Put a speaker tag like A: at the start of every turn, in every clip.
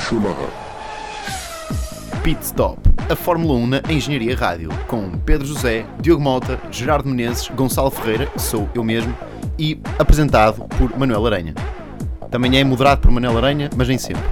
A: Schumacher.
B: Pit Stop, a Fórmula 1 na Engenharia Rádio, com Pedro José, Diogo Mota, Gerardo Menezes, Gonçalo Ferreira, que sou eu mesmo, e apresentado por Manuel Aranha. Também é moderado por Manuel Aranha, mas nem sempre.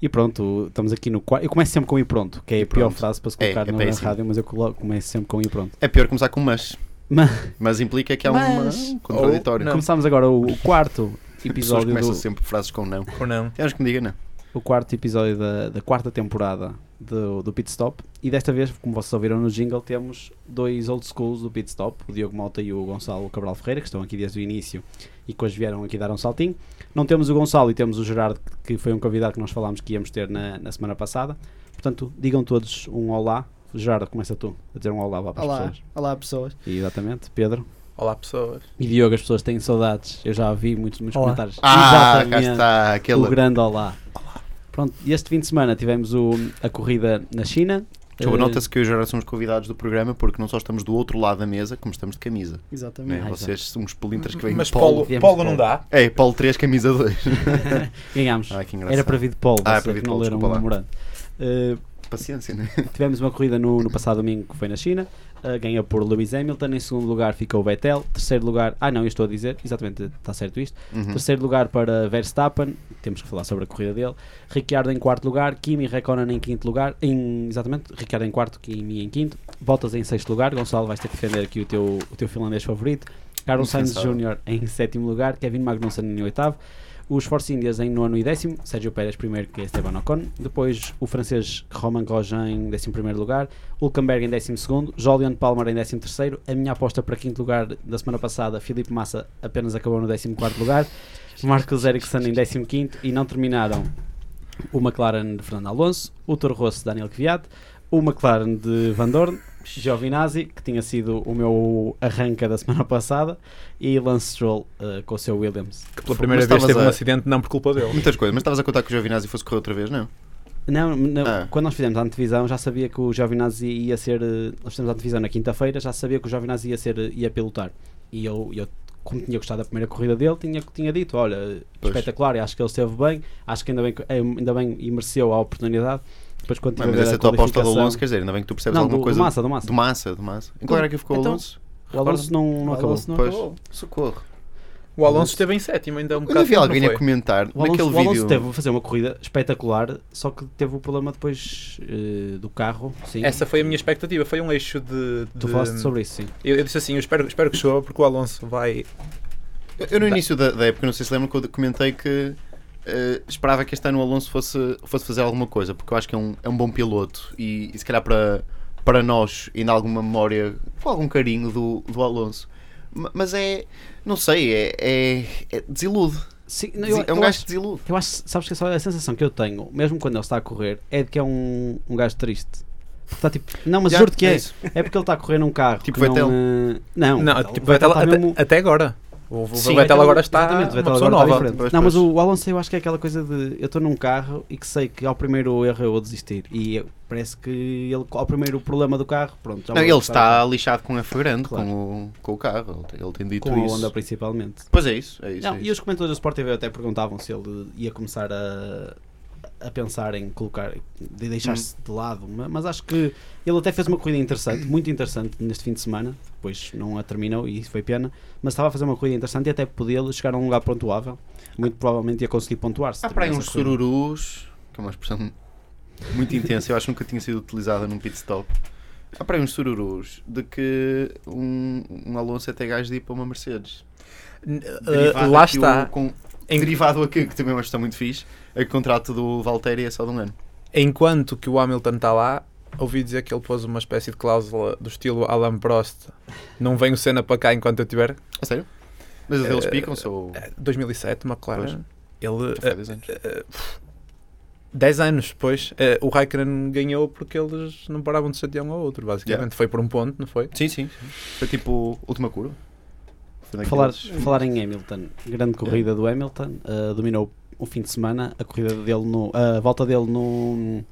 C: E pronto, estamos aqui no quarto. Eu começo sempre com e pronto, que é a pior
B: pronto.
C: frase para se
B: É,
C: colocar
B: é
C: na
B: péssimo.
C: rádio, mas eu colo- começo sempre com e pronto.
B: É pior começar com mas,
C: Mas
B: mas implica que há
C: Mas-
B: um contraditório.
A: Não.
C: começamos agora o, o quarto
B: As pessoas
C: episódio
B: começam
C: do,
B: sempre por frases com não.
A: Ou não?
B: Temos que me diga não.
C: o quarto episódio da, da quarta temporada do, do Pit Stop e desta vez, como vocês ouviram no jingle, temos dois old schools do Pit Stop, o Diogo Mota e o Gonçalo Cabral Ferreira, que estão aqui desde o início e que hoje vieram aqui dar um saltinho. Não temos o Gonçalo e temos o Gerardo, que foi um convidado que nós falámos que íamos ter na, na semana passada. Portanto, digam todos um olá. Gerardo, começa tu a dizer um olá lá para as
D: Olá,
C: pessoas.
D: olá pessoas.
C: E, exatamente, Pedro.
A: Olá, pessoas.
C: E Diogo, as pessoas têm saudades. Eu já vi muitos, muitos
D: Olá.
C: comentários.
B: Ah, cá
C: Exatamente.
B: está aquela.
C: O grande olá. Pronto, e este fim de semana tivemos o- a corrida na China.
B: Desculpa,
C: Eh,
B: nota-se que eu e o Gerardo somos convidados do programa porque não só estamos do outro lado da mesa, como estamos de camisa. Não é?
D: Exatamente.
C: Ah,
B: Vocês são uns pelintras que vêm
A: Mas
B: de
A: Polo,
C: viemos
A: polo
C: de Polo.
A: não dá.
B: É, Paulo 3, camisa 2.
C: ganhámos.
B: Ah, que engraçado.
C: Era para vir de Paulo,
B: Ah,
C: vocês
B: para vir de
C: não
B: Paulo,
C: leram o
B: desculpa lá.
C: memorando. Eh,
B: Paciência, né?
C: tivemos uma corrida no, no passado domingo que foi na China. Eh, ganhou por Lewis Hamilton. Em segundo lugar ficou o Vettel. Terceiro lugar. Ah, não, eu estou a dizer. Exatamente, está certo isto.
B: Uhum.
C: Terceiro lugar para Verstappen, temos que falar sobre a corrida dele. Ricciardo em quarto lugar, Kimi Räikkönen em quinto lugar, em, exatamente, Ricciardo em quarto, Kimi em quinto. Bottas em sexto lugar, Gonçalo vais ter que defender aqui o teu, o teu finlandês favorito. Carlos Sainz
B: Indefensável.
C: Jr. em sétimo lugar, Kevin Magnussen em oitavo. Os Force Indias em nono e décimo, Sérgio Pérez primeiro, que é Esteban Ocon. Depois o francês Roman Grosjean em décimo primeiro lugar, Hulkenberg em décimo segundo, Jolion Palmer em décimo terceiro. A minha aposta para quinto lugar da semana passada, Filipe Massa apenas acabou no décimo quarto lugar. Marcos Ericsson em 15 e não terminaram o McLaren de Fernando Alonso, o Toro Rosso de Daniel Kvyat, o McLaren de Van Dorn, Giovinazzi, que tinha sido o meu arranca da semana passada, e Lance Stroll eh, com o seu Williams.
A: Que pela primeira
B: Mas
A: vez
B: estavas
A: teve
B: a-
A: um acidente, não por culpa dele.
B: Muitas coisas, mas estavas a contar que o Giovinazzi fosse correr outra vez, não?
C: Não, não,
B: Ah.
C: quando nós fizemos a antevisão já sabia que o Giovinazzi ia ser. eh, Nós fizemos a antevisão na quinta-feira, já sabia que o Giovinazzi ia ser eh, ia pilotar. E eu, eu, como tinha gostado da primeira corrida dele, tinha, tinha dito: olha,
B: Pois.
C: espetacular, eu acho que ele esteve bem, acho que ainda bem, que- eh, ainda bem e mereceu a oportunidade. Depois, quando
B: Não,
C: tive a
B: mas
C: ver
B: essa
C: a
B: é a tua aposta do
C: qualificação-
B: Alonso, quer dizer, ainda bem que tu percebes
C: Não,
B: alguma
C: do,
B: coisa.
C: do Massa, do Massa.
B: Do Massa, do Massa. Em qual era que ficou o
C: Então,
B: Alonso?
C: o Alonso não, não acabou.
D: Alonso não
B: Pois.
D: acabou.
B: Socorro.
A: O Alonso esteve em sétimo, ainda um
B: Eu não
A: bocado.
B: vi
A: tempo,
B: alguém
A: não
B: a comentar
C: O Alonso,
B: naquele
C: o Alonso
B: vídeo.
C: teve a fazer uma corrida espetacular, só que teve o problema depois eh, do carro. Sim.
A: Essa foi a minha expectativa, foi um eixo de.
C: tu
A: de-
C: falaste sobre isso, sim.
A: eu, eu disse assim, eu espero, espero que chova porque o Alonso vai.
B: Eu- Eu no início da, da época, não sei se lembram, que eu comentei que eh, esperava que este ano o Alonso fosse, fosse fazer alguma coisa, porque eu acho que é um, é um bom piloto e, e se calhar para, para nós ainda há alguma memória, com algum carinho do, do Alonso. Ma- Mas é, não sei, é, é, é desilude.
C: Sim, não, eu-
B: Desi- É um
C: eu
B: gajo
C: acho-
B: que desilude.
C: Eu acho, sabes que é só a sensação que eu tenho, mesmo quando ele está a correr, é de que é um, um gajo triste. Porque Está tipo, não, mas
B: Já,
C: juro que
B: é
C: é. É,
B: isso.
C: porque ele está a correr num carro.
B: Tipo
C: que
B: Vettel.
C: Não, eh, não,
A: Não,
C: o
A: tipo, vai até,
C: está
A: até,
C: mesmo-
A: até agora. O, o
C: Sim,
A: Vettel agora está
C: exatamente, o Vettel
A: uma pessoa
C: agora está
A: nova.
C: diferente.
B: Pois,
C: não, mas
B: pois.
C: o Alonso eu acho que é aquela coisa de eu estou num carro e que sei que ao primeiro erro eu vou desistir. E eu- parece que ele, ao primeiro problema do carro, pronto. já
B: Não,
C: vou
B: ele
C: estar
B: está lixado com a Fernando,
C: tá Claro.
B: com, o, com o carro. Ele, ele tem dito
C: com a
B: isso.
C: onda principalmente.
B: Pois é isso, é isso.
C: Não,
B: é
C: e os
B: isso.
C: comentadores do Sport TV até perguntavam se ele ia começar a, a pensar em colocar, de deixar-se de lado, ma- mas acho que ele até fez uma corrida interessante, muito interessante neste fim de semana, depois não a terminou e isso foi pena, mas estava a fazer uma corrida interessante e até podia chegar a um lugar pontuável, muito provavelmente ia conseguir pontuar. se
B: Há para aí
C: terminasse
B: uns
C: a corrida.
B: sururus, que é uma expressão muito intensa, eu acho que nunca tinha sido utilizada num pit stop. Há para aí uns sururus de que um, um Alonso é até gajo de ir para uma Mercedes.
A: Eh, lá
B: aqui o-
A: está.
B: com-
A: Em-
B: Derivado aqui, que também é uma questão muito fixe, é que o contrato do Valtteri é só de um ano.
A: Enquanto que o Hamilton está lá, ouvi dizer que ele pôs uma espécie de cláusula do estilo Alan Prost. Não venho cena para cá enquanto eu tiver.
B: A sério? Mas os deles
A: Eh, eh,
B: picam-se ou. Já
A: 2007, McLaren. Ele.
B: foi há 10 anos.
A: 10 anos depois, eh, o Raikkonen ganhou porque eles não paravam de chatear um ao outro, basicamente.
B: Yeah.
A: Foi por um ponto, não foi?
B: Sim, sim. Foi tipo última curva. Foi
C: Falar,
B: daqueles-
C: falar em Hamilton, grande corrida do Hamilton, uh, dominou o fim de semana, a corrida dele no, a volta dele no,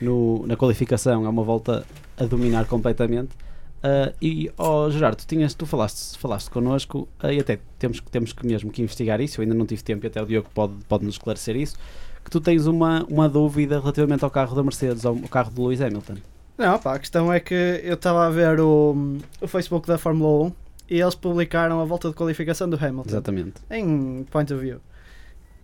C: no- na qualificação é uma volta a dominar completamente. Uh, e oh, Gerardo, tu, tinhas, tu falaste, falaste connosco eh, uh, e até temos, que- temos que mesmo que investigar isso, eu ainda não tive tempo e até o Diogo pode, pode nos esclarecer isso. que tu tens uma, uma dúvida relativamente ao carro da Mercedes, ao, ao carro do Lewis Hamilton.
D: Não, pá, a questão é que eu estava a ver o, o Facebook da Fórmula 1 e eles publicaram a volta de qualificação do Hamilton
C: Exatamente.
D: em point of view.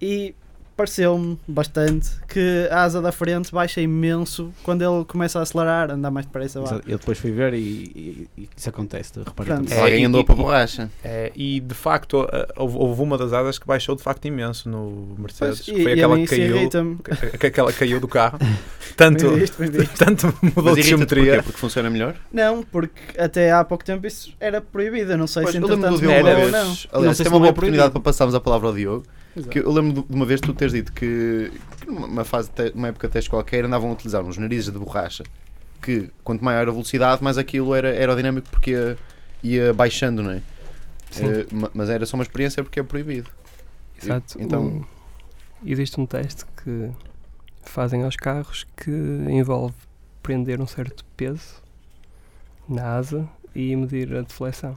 D: E pareceu-me bastante que a asa da frente baixa imenso quando ele começa a acelerar, andar mais depressa lá.
C: Eu depois fui ver e, e- e isso acontece, reparei.
D: Pronto.
C: também.
A: É,
B: Alguém
A: e-
B: andou
A: e-
B: para a borracha.
A: É, e de facto, a- houve, houve uma das asas que baixou de facto imenso no Mercedes.
D: Pois,
A: que foi
D: e, e a
A: aquela
D: mim
A: que
D: isso
A: caiu,
D: irrita-me.
A: que- que- aquela que caiu do carro. Tanto,
D: Bem visto, bem visto.
A: tanto mudou
B: Mas irrita-te
A: de
B: porquê?
A: geometria.
B: Porque funciona melhor?
D: Não, porque até há pouco tempo isso era proibido. Eu não sei
B: Pois,
D: se
B: eu lembro
D: entretanto
B: de uma
A: era,
D: mudou ou
B: vez.
D: não.
B: Aliás,
C: Não sei se
B: tem
C: não
B: uma boa
C: é
B: oportunidade
C: proibido.
B: para passarmos a palavra ao Diogo.
D: Exato.
B: Que eu lembro de uma vez tu teres dito que, que numa fase, de te- numa época de teste qualquer, andavam a utilizar uns narizes de borracha que quanto maior a velocidade, mais aquilo era aerodinâmico porque ia, ia baixando, não é? Eh, ma- mas era só uma experiência porque é proibido.
E: Exato.
B: Então-
E: O- um, existe um teste que fazem aos carros que envolve prender um certo peso na asa e medir a deflexão.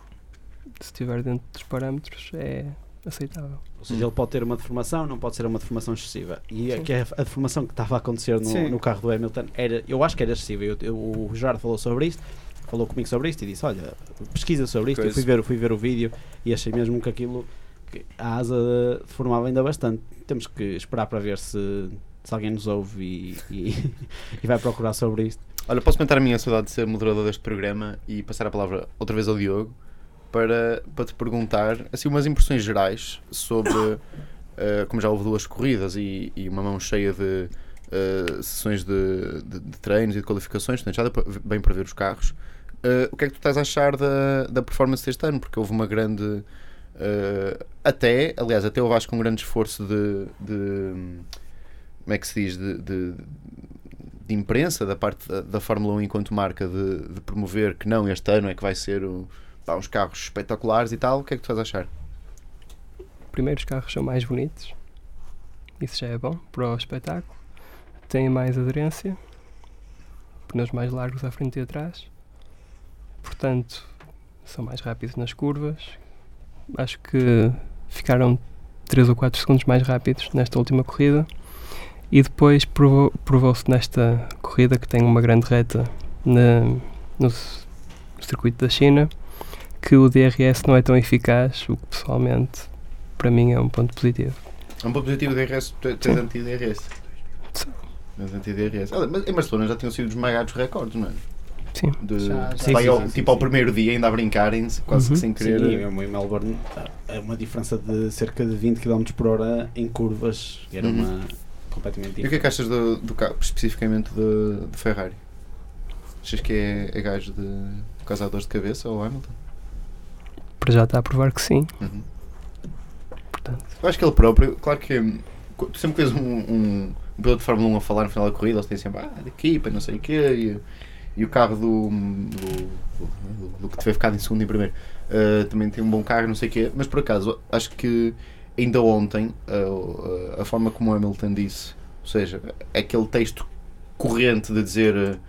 E: Se estiver dentro dos parâmetros, é aceitável.
C: Ou seja, ele pode ter uma deformação, não pode ser uma deformação excessiva. E é
E: Sim.
C: que a, a deformação que estava a acontecer
D: Sim.
C: no, no carro do Hamilton era, eu acho que era excessiva. Eu- eu- o Gerardo falou sobre isto, falou comigo sobre isto e disse: Olha, pesquisa sobre isto. Eu fui ver, fui ver o vídeo e achei mesmo que aquilo, que a asa deformava ainda bastante. Temos que esperar para ver se, se alguém nos ouve e, e- e vai procurar sobre isto.
B: Olha, posso comentar a minha saudade de ser moderador deste programa e passar a palavra outra vez ao Diogo para, para te perguntar assim, umas impressões gerais sobre eh, como já houve duas corridas e, e uma mão cheia de eh, sessões de, de- de treinos e de qualificações, portanto, já dá pa- bem para ver os carros. Eh, o que é que tu estás a achar da, da performance deste ano? Porque houve uma grande. eh, até, aliás, até houve acho que um grande esforço de. de- como é que se diz? de- de, de imprensa da parte da, da Fórmula 1 enquanto marca de, de promover que não, este ano é que vai ser o- pá, uns carros espetaculares e tal, o que é que tu estás a achar?
E: Primeiro, os carros são mais bonitos. Isso já é bom para o espetáculo. Têm mais aderência. Pneus mais largos à frente e atrás. Portanto, são mais rápidos nas curvas. Acho que ficaram 3 ou 4 segundos mais rápidos nesta última corrida. E depois provou- provou-se nesta corrida que tem uma grande reta na- no c- circuito da China que o DRS não é tão eficaz, o que pessoalmente para mim é um ponto positivo.
B: É um pouco positivo de DRS, tens anti-DRS.
E: Sim.
B: Tens anti-DRS. Ah, mas em Barcelona já tinham sido esmagados recordes, não é?
E: Sim.
B: De-
D: Já, já.
B: vai
D: Sim, sim,
B: ao-
D: sim, sim,
B: tipo ao
C: sim.
B: primeiro dia ainda a brincarem-se, quase que
E: Uhum.
B: sem
C: Sim,
B: querer.
C: e mesmo em Melbourne é uma diferença de cerca de 20 km por hora em curvas. Era
B: Uhum.
C: uma completamente
B: e o
C: diferente.
B: que é que achas do, do carro, especificamente de, de Ferrari? Achas que é, é gajo de causar dores de cabeça ou Hamilton?
E: Para já está a provar que sim,
B: Uhum.
E: portanto.
B: Eu acho que ele próprio, claro que hum, co- sempre que tens um, um, um piloto de Fórmula 1 a falar no final da corrida, eles têm sempre ah, da equipa, não sei o quê, e, e o carro do, do, do, do que tiver ficado em segundo e em primeiro ah, também tem um bom carro, não sei o quê, mas por acaso acho que ainda ontem ah, a, forma como o Hamilton disse, ou seja, aquele texto corrente de dizer.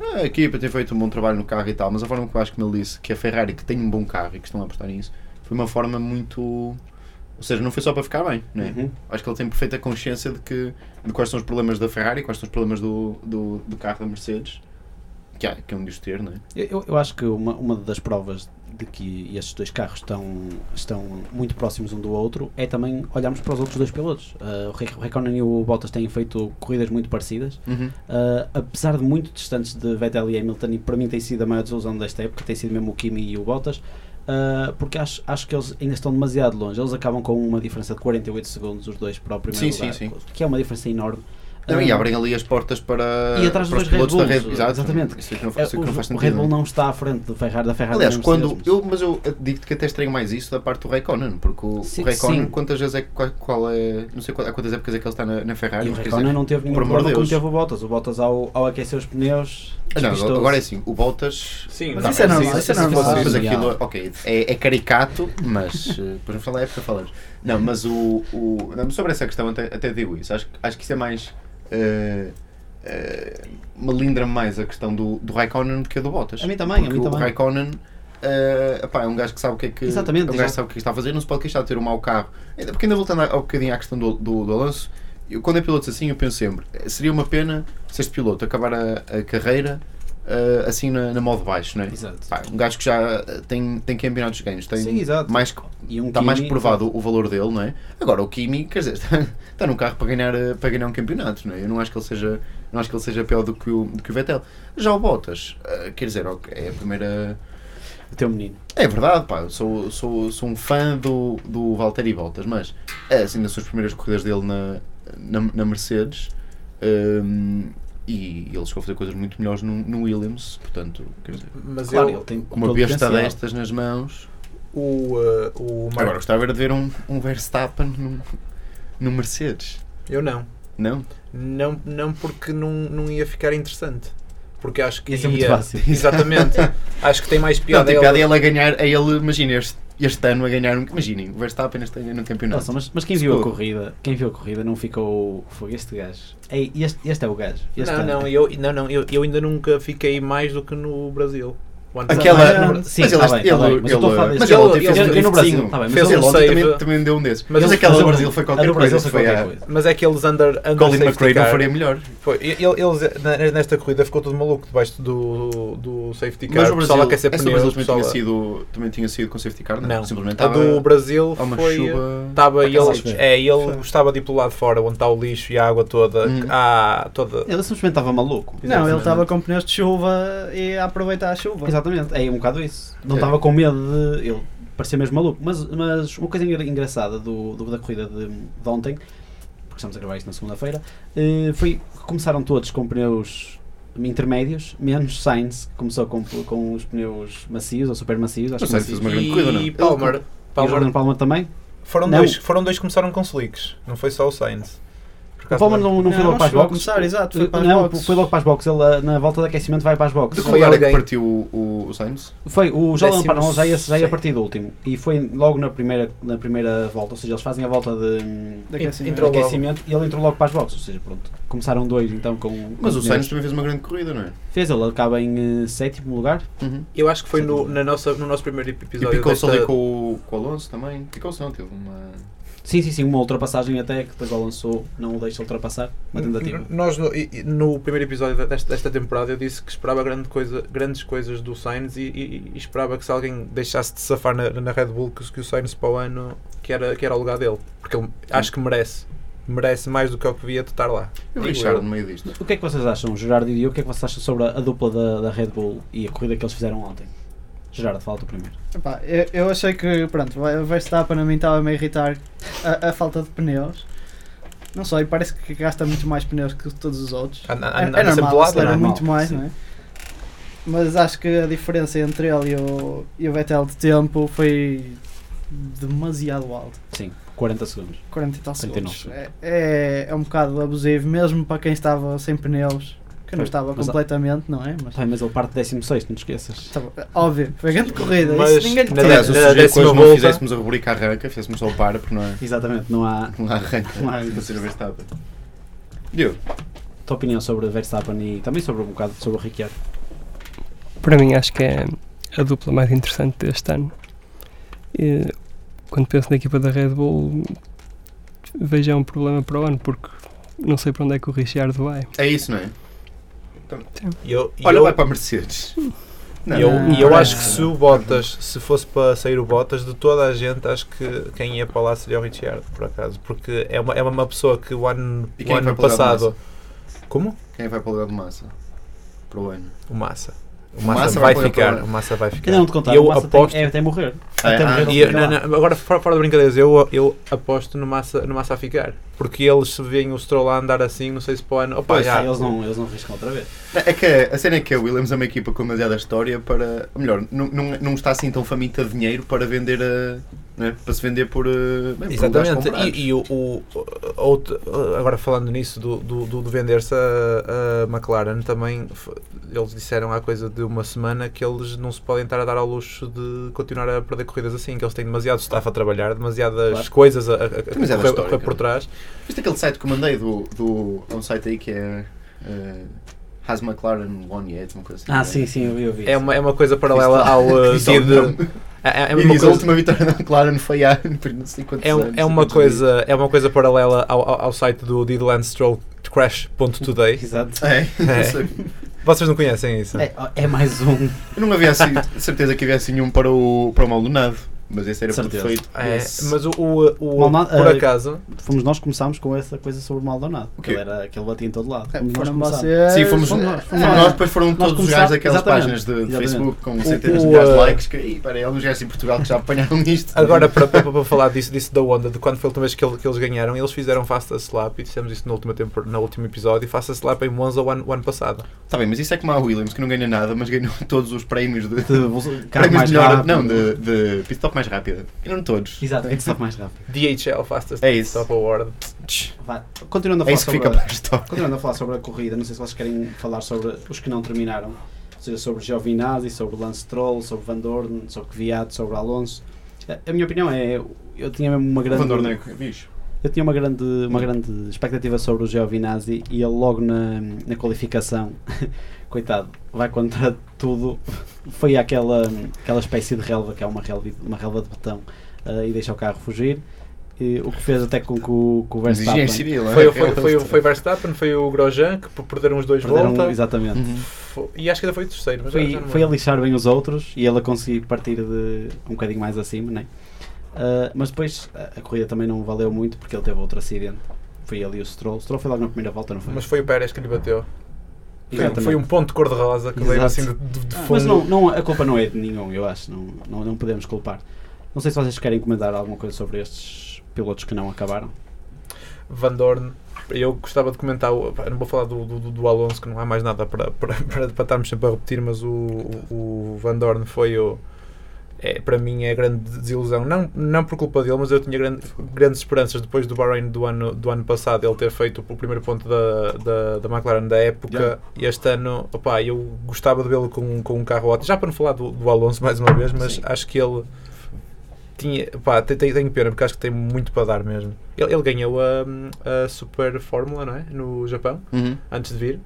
B: ah, a equipa tem feito um bom trabalho no carro e tal, mas a forma como eu acho que ele disse que a Ferrari que tem um bom carro e que estão a apostar nisso foi uma forma muito ou seja, não foi só para ficar bem, né?
C: Uhum.
B: Acho que ele tem perfeita consciência de, que, de quais são os problemas da Ferrari, quais são os problemas do, do, do carro da Mercedes, que, há, que é um dos ter, não é?
C: Eu- Eu, eu acho que uma, uma das provas de que estes dois carros estão, estão muito próximos um do outro é também olharmos para os outros dois pilotos. Ah, o Raik- o Raikkonen e o Bottas têm feito corridas muito parecidas,
B: Uhum.
C: Ah, apesar de muito distantes de Vettel e Hamilton, e para mim tem sido a maior desilusão desta época, tem sido mesmo o Kimi e o Bottas, ah, porque acho, acho que eles ainda estão demasiado longe. Eles acabam com uma diferença de 48 segundos, os dois, para o primeiro
B: Sim,
C: lugar,
B: sim,
C: que é uma diferença enorme.
B: Não, e
C: Ah,
B: abrem ali as portas para.
C: E atrás dos
B: para os
C: dois Red
B: pilotos da
C: Bulls,
B: Exato,
C: exatamente.
B: Isso é que não,
C: é,
B: isso é que não faz
C: o, o
B: sentido.
C: Red Bull
B: não é?
C: não está à frente do Ferrari, da Ferrari
B: Aliás,
C: nem
B: quando.
C: Mercedes.
B: Eu, mas eu digo-te que até estranho mais isso da parte do Raikkonen, porque o,
C: Sim,
B: o Raikkonen,
C: sim.
B: quantas vezes é. que- Qual, qual é. Não sei qual- há quantas épocas é que ele está na, na Ferrari.
C: E o
B: mas quer
C: Raikkonen
B: dizer-
C: não teve nenhum
B: por amor de
C: problema como
B: Deus.
C: teve o Bottas. O Bottas, ao, ao aquecer os pneus,
B: Ah, Não,
C: despistou-se.
B: agora é assim, o Bottas.
A: Sim,
D: Mas
B: Tá
D: isso é
B: bem,
D: normal,
B: sim,
D: isso é
B: sim, sim,
D: normal.
B: sim, sim,
C: Sim.
B: aquilo, ok, é, é caricato, mas eh, depois vamos falar da época falamos. Não, mas o, o não, mas sobre essa questão até, até digo isso. Acho, que- acho que isso é mais eh, eh, melindra mais a questão do, do Raikkonen do que a do Bottas.
D: A mim também, a
B: Porque
D: mim
B: O
D: também.
B: Raikkonen eh, epá, é um gajo que sabe o que é que,
D: Exatamente,
B: é um gajo que
D: exato.
B: sabe o que é que está a fazer, não se pode queixar de ter um mau carro. Ainda- Porque ainda voltando ao bocadinho à questão do, do, do Alonso, eu, quando é pilotos assim, eu penso sempre: eh, seria uma pena se este piloto acabar a, a carreira ah, assim na, na modo baixo, não é?
C: Exato.
B: Pá, um gajo que já ah, tem, tem campeonatos ganhos, tem
C: Sim, exato.
B: mais que
C: E um
B: Está mais
C: Kimi-
B: provado o valor dele, não é? Agora, o Kimi, quer dizer, está, está num carro para ganhar, eh, para ganhar um campeonato, não é? Eu não acho que ele seja, não acho que ele seja pior do que o, do que o Vettel. Já o Bottas, eh, quer dizer, ok, é a primeira.
C: O teu menino.
B: É verdade, pá, eu sou, sou, sou um fã do, do Valtteri Bottas, mas eh, assim, nas suas primeiras corridas dele na, na, na Mercedes, ehm, e ele chegou a fazer coisas muito melhores no, no Williams, portanto, quer dizer,
A: Mas
C: Claro,
A: eu,
C: ele tem
B: com uma
C: todo o
B: besta
C: potencial.
B: destas nas mãos.
A: o, eh, o Marco,
B: Agora gostava era de ver um, um Verstappen num, num Mercedes,
A: eu não.
B: não?
A: Não, não porque não, não ia ficar interessante. Porque acho que
C: Ia ser é muito fácil.
A: Exatamente. acho que tem mais
B: é Não,
A: piada.
B: tem
A: ele-
B: piada ele a ganhar, a ele, imagina, este, este ano a ganhar, um, imaginem, o Verstappen este ano no campeonato.
C: Nossa, mas, mas quem viu a
B: Desculpa.
C: corrida, quem viu a corrida não ficou. Foi este gajo. Ei, este, este é o gajo. Este
A: Não,
C: é.
A: não, eu, não, não eu, eu ainda nunca fiquei mais do que no Brasil. O ano
B: Aquela-
A: passado-
C: Mas-
B: mas
C: sim,
B: ele,
C: tá bem, tá
B: ele-
C: bem, mas eu tô a falar
B: ele-
C: desse-
B: mas ele ontem
A: ele-
B: fez um
A: ele no
C: Brasil,
B: driftinho.
C: tá bem, mas
B: Fez
A: ele
B: ele
A: não
B: ontem
A: save.
B: também, também deu um desses.
A: Mas
B: Mas,
A: ele-
B: aquela
A: mas
B: do
A: ele-
B: Brasil foi
C: A
B: qualquer
C: do
B: coisa.
C: Brasil foi
B: Foi
C: qualquer
B: a
C: coisa.
A: Mas é que eles under, under
B: Colin
A: safety
B: McRae não
A: car.
B: faria melhor.
A: Foi, e- ele- eles na- nesta corrida ficou todo maluco debaixo do, do safety car.
B: Mas o
A: pessoal
B: Brasil,
A: a aquecer
B: essa do
A: pneus,
B: Brasil
A: o
B: também
A: pessoal
B: tinha,
A: a-
B: sido, também tinha sido com safety car, não?
A: Não.
B: Simplesmente
A: A
B: estava
A: do Brasil
B: há uma
A: foi.
B: chuva.
A: Estava
B: Para
A: ele,
B: cacete.
A: é, ele
D: Foi.
A: estava de ir pelo lado de fora, onde está o lixo e a água toda.
B: Hum.
A: que há toda.
C: Ele simplesmente estava maluco.
D: Não, ele estava com pneus de chuva e a aproveitar a chuva.
C: Exatamente, é um bocado isso. Não
B: É.
C: estava com medo de. Ele parecia mesmo maluco. Mas, mas uma coisa engra- engraçada do, do- da corrida de, de ontem, porque estamos a gravar isto na segunda-feira, eh, foi que começaram todos com pneus intermédios, menos Sainz, que começou com, com os pneus macios ou super macios. Acho
B: Não
C: que
B: sei,
C: macios.
B: fez uma grande corrida, não? é?
A: E Palmer.
C: E o Jordan
A: Palmer.
C: Palmer também.
A: Foram,
C: Não.
A: Dois, foram dois que começaram com slicks, não foi só o Sainz. Por
C: O
A: acaso
C: Palmer não, não foi logo para as
D: chegou a
C: boxes. Eh,
D: começar, exato, foi para as
C: não,
D: boxes.
C: foi logo para as boxes. Ele ah, na volta de aquecimento vai para as
B: De
C: boxes.
B: que
A: Foi
B: lugar é que
A: alguém.
B: partiu o, o Sainz?
C: Foi, o Jordan
A: Décimo
C: Parnell já ia, já ia
A: sexto.
C: partir do último. E foi logo na primeira, na primeira volta, ou seja, eles fazem a volta de, hum,
D: De aquecimento.
A: Entrou
C: de
A: logo.
C: aquecimento e ele entrou logo para as boxes. Ou seja, pronto. Começaram dois então com. com
B: Mas o
C: pneus.
B: Sainz também fez uma grande corrida, não é?
C: Fez, ele acaba em eh, sétimo lugar.
B: Uhum.
A: Eu acho que foi no, na nossa, no nosso primeiro episódio.
B: E picou-se
A: desta-
B: ali com o, com o Alonso também. Picou-se não, teve uma.
C: Sim, sim, sim, uma ultrapassagem até que depois o lançou, não o deixa ultrapassar. Uma tentativa.
A: N- Nós no, e- e no primeiro episódio desta, desta temporada eu disse que esperava grande coisa, grandes coisas do Sainz e, e- e esperava que se alguém deixasse de safar na, na Red Bull que, que o Sainz para o ano que era, que era o lugar dele. Porque ele acho que merece. Merece mais do que o que via de estar lá.
B: Eu
A: Digo
B: Richard
A: eu.
B: no meio disto.
C: O que é que vocês acham, Gerardo e Diogo? O que é que vocês acham sobre a, a dupla da, da Red Bull e a corrida que eles fizeram ontem? Gerardo, fala tu primeiro.
D: Epá, eu, eu achei que, pronto, o Verstappen a mim estava-me a irritar a, a falta de pneus. Não sei, parece que gasta muito mais pneus que todos os outros.
A: Anda,
D: É, é
A: anda sempre do
D: normal,
A: lado,
D: acelera
A: não é?
C: normal,
D: muito mais,
C: sim.
D: não é? Mas acho que a diferença entre ele e o, e o Vettel de tempo foi demasiado alta.
C: Sim, 40 segundos.
D: 40 e tal segundos.
C: 39.
D: É, é, é um bocado abusivo, mesmo para quem estava sem pneus, que não estava
C: Mas há-
D: completamente, não é? Mas,
C: Tá bem, mas ele parte 16, não te esqueças.
D: tá bom, óbvio, foi grande corrida.
A: Mas
D: isso ninguém lhe
A: na
D: tira.
B: Aliás, eu
A: Na
B: sugeri que
A: décima
B: hoje não
A: volta-
B: fizéssemos a rubrica arranca, fizéssemos só o para, porque não é.
C: Exatamente, não há,
B: Não há arranca.
C: Não há arranca.
B: Não seja Verstappen. Diogo,
C: tua opinião sobre Verstappen e também sobre um bocado sobre o Ricciardo.
E: Para mim, acho que é a dupla mais interessante deste ano. E, quando penso na equipa da Red Bull, vejo é um problema para o ano, porque não sei para onde é que o Richard vai.
B: é isso, não é?
A: E eu, e
B: Olha,
A: eu,
B: vai para a Mercedes. Não,
A: e eu,
B: não
A: e eu
B: parece.
A: acho que se o Bottas, se fosse para sair o Bottas, de toda a gente, acho que quem ia para lá seria o Richard, por acaso. Porque é uma, é uma pessoa que o ano,
B: E
A: o
B: quem é
A: ano
B: vai para o lugar do
A: passado. Como?
B: Quem é vai para o lugar de massa? Para o ano.
A: O Massa. O
B: O
A: Massa,
B: Massa vai
A: vai,
B: para o
A: ficar.
B: programa.
A: O Massa vai ficar.
C: Ainda não te contaram,
A: E eu
C: o Massa
A: aposto.
C: tem, é até morrer.
B: Ah,
C: até
B: ah,
C: morrer ele
A: e eu-
C: fica
A: não,
C: lá.
A: não, agora, fora, fora de brincadeiras, eu, eu aposto no massa, no massa a ficar. Porque eles se veem o Stroll a andar assim, não sei se para o ano. Opa,
B: Pois,
A: já.
C: Ah, eles, não, eles não riscam outra vez.
B: Não, É que a cena é que a Williams é uma equipa com demasiada história para. Ou melhor, não, não, não está assim tão faminta de dinheiro para vender a. não é? Para se vender por. eh, Bem, por lugares
A: Exatamente.
B: comprados.
A: E, e o, o- o- outro- agora falando nisso, do, do, do- de vender-se a, a McLaren, também f- eles disseram há coisa de uma semana que eles não se podem estar a dar ao luxo de continuar a perder corridas assim, que eles têm demasiado staff a trabalhar, demasiadas
C: Claro.
A: coisas a, a, a- a
B: Demasiada
A: correr- a
B: história,
A: correr por trás.
B: Viste aquele site que eu mandei do. do há um site aí que é. eh, Has McLaren One Yet, uma coisa assim.
C: Ah, sim, sim, eu vi, eu vi.
A: É uma, é uma coisa é paralela ao eh,
B: Isso é um
A: Did-
B: nome.
A: É, é
B: e
A: uma
B: diz a
A: coisa-
B: última vitória da McLaren foi há não sei quantos
A: É, um-
B: anos.
A: é uma coisa, é uma coisa paralela ao, ao, ao site do Did Lance Stroll crash.today.
C: Exato.
B: É,
A: É.
B: não sei.
A: Vocês não conhecem isso?
C: É, é mais um.
B: Eu não havia assim, certeza que havia assim um para o, para o Maldonado, mas esse era
C: Certeza.
B: perfeito.
A: É,
C: Esse-
A: mas o, o, o-
C: Mal- mal-
A: por
C: eh,
A: acaso,
C: Fomos nós que começámos com essa coisa sobre o Maldonado.
B: O
C: O
B: quê?
C: que ele, era, que ele batia em todo lado.
D: É,
C: Fomos nós
D: Foram
C: que começámos.
D: vocês.
B: Sim, fomos,
D: Fomos
B: nós,
D: nós.
B: fomos
C: nós.
B: nós, depois foram todos os gajos
C: começámos-
B: daquelas
C: exatamente.
B: páginas de
C: Exatamente.
B: Facebook com
A: O-
B: centenas
A: o,
B: de milhares de
A: uh,
B: likes que, "Ih, pera, há uns gajos em Portugal que já apanharam isto.
A: agora para, para, para falar disso, disso da Honda, de quando foi a última vez que, ele- que eles ganharam, eles fizeram Fast a Slap e dissemos isso no último, tempo, no último episódio, e Fast a Slap em Monza o ano, o ano passado.
B: Está bem, mas isso é como a Williams, que não ganha nada, mas ganhou todos os prémios de...
C: De bolso- carro
B: prémios
C: mais
B: de melhor...
C: rápido.
B: Não, de, de pit stop mais rápida. Ganharam todos.
C: Exato, quem stop É mais rápido.
A: DHL Fastest
B: É isso.
A: Top Award.
C: Vá, Continuando a
B: É
C: falar
B: isso que
C: sobre
B: fica
C: a-
B: para a história.
C: Continuando a falar sobre a corrida, não sei se vocês querem falar sobre os que não terminaram, ou seja, sobre Giovinazzi, sobre Lance Stroll, sobre Van Dorn, sobre Kvyat, sobre Alonso. A- A minha opinião é, eu tinha mesmo uma grande,
B: Van Dorn é que- bicho.
C: eu tinha uma grande, uma grande expectativa sobre o Giovinazzi e ele logo na, na qualificação, coitado, vai contra tudo, foi aquela, aquela espécie de relva que é uma relva, uma relva de botão eh, e deixa o carro fugir. E o que fez até com que o, que o
B: Mas engenheiro
C: Verstappen
B: civil, é?
A: Foi, o- foi, foi, o- foi o Verstappen, foi o Grosjean, que perderam os dois
C: perderam,
A: volta.
C: exatamente.
B: Uhum.
A: Fo- E acho que ainda foi o terceiro, mas É já
C: foi,
A: não me
C: foi a
A: lembro.
C: lixar bem os outros e ele a conseguir partir de um bocadinho mais acima, né? Ah, mas depois a, a corrida também não valeu muito porque ele teve outro acidente. Foi ali o Stroll. O Stroll foi logo na primeira volta, não foi?
A: Mas foi o Pérez que lhe bateu. Foi,
C: Exatamente.
A: foi um ponto de cor-de-rosa que veio
C: Exato. Ah,
A: assim de, de- de fundo.
C: Mas não, não, a culpa não é de nenhum, eu acho. Não, não, não podemos culpar. Não sei se vocês querem comentar alguma coisa sobre estes pilotos que não acabaram.
A: Van Dorn. Eu gostava de comentar, o- pá, não vou falar do, do, do Alonso, que não há mais nada para, para, para, para estarmos sempre a repetir, mas o, o o Van Dorn foi o. É, para mim é a grande desilusão, não, não por culpa dele, mas eu tinha grande- grandes esperanças depois do Bahrein do ano, do ano passado, ele ter feito o primeiro ponto da, da, da McLaren da época.
B: Yeah.
A: E este ano, opá, eu gostava de vê-lo com, com um carro ótimo, já para não falar do, do Alonso mais uma vez, mas
C: Sim.
A: acho que ele tinha, pá, te- te- tenho pena porque acho que tem muito para dar mesmo. Ele, ele ganhou a, a Super Fórmula, não é? No Japão,
B: Uhum.
A: antes de vir.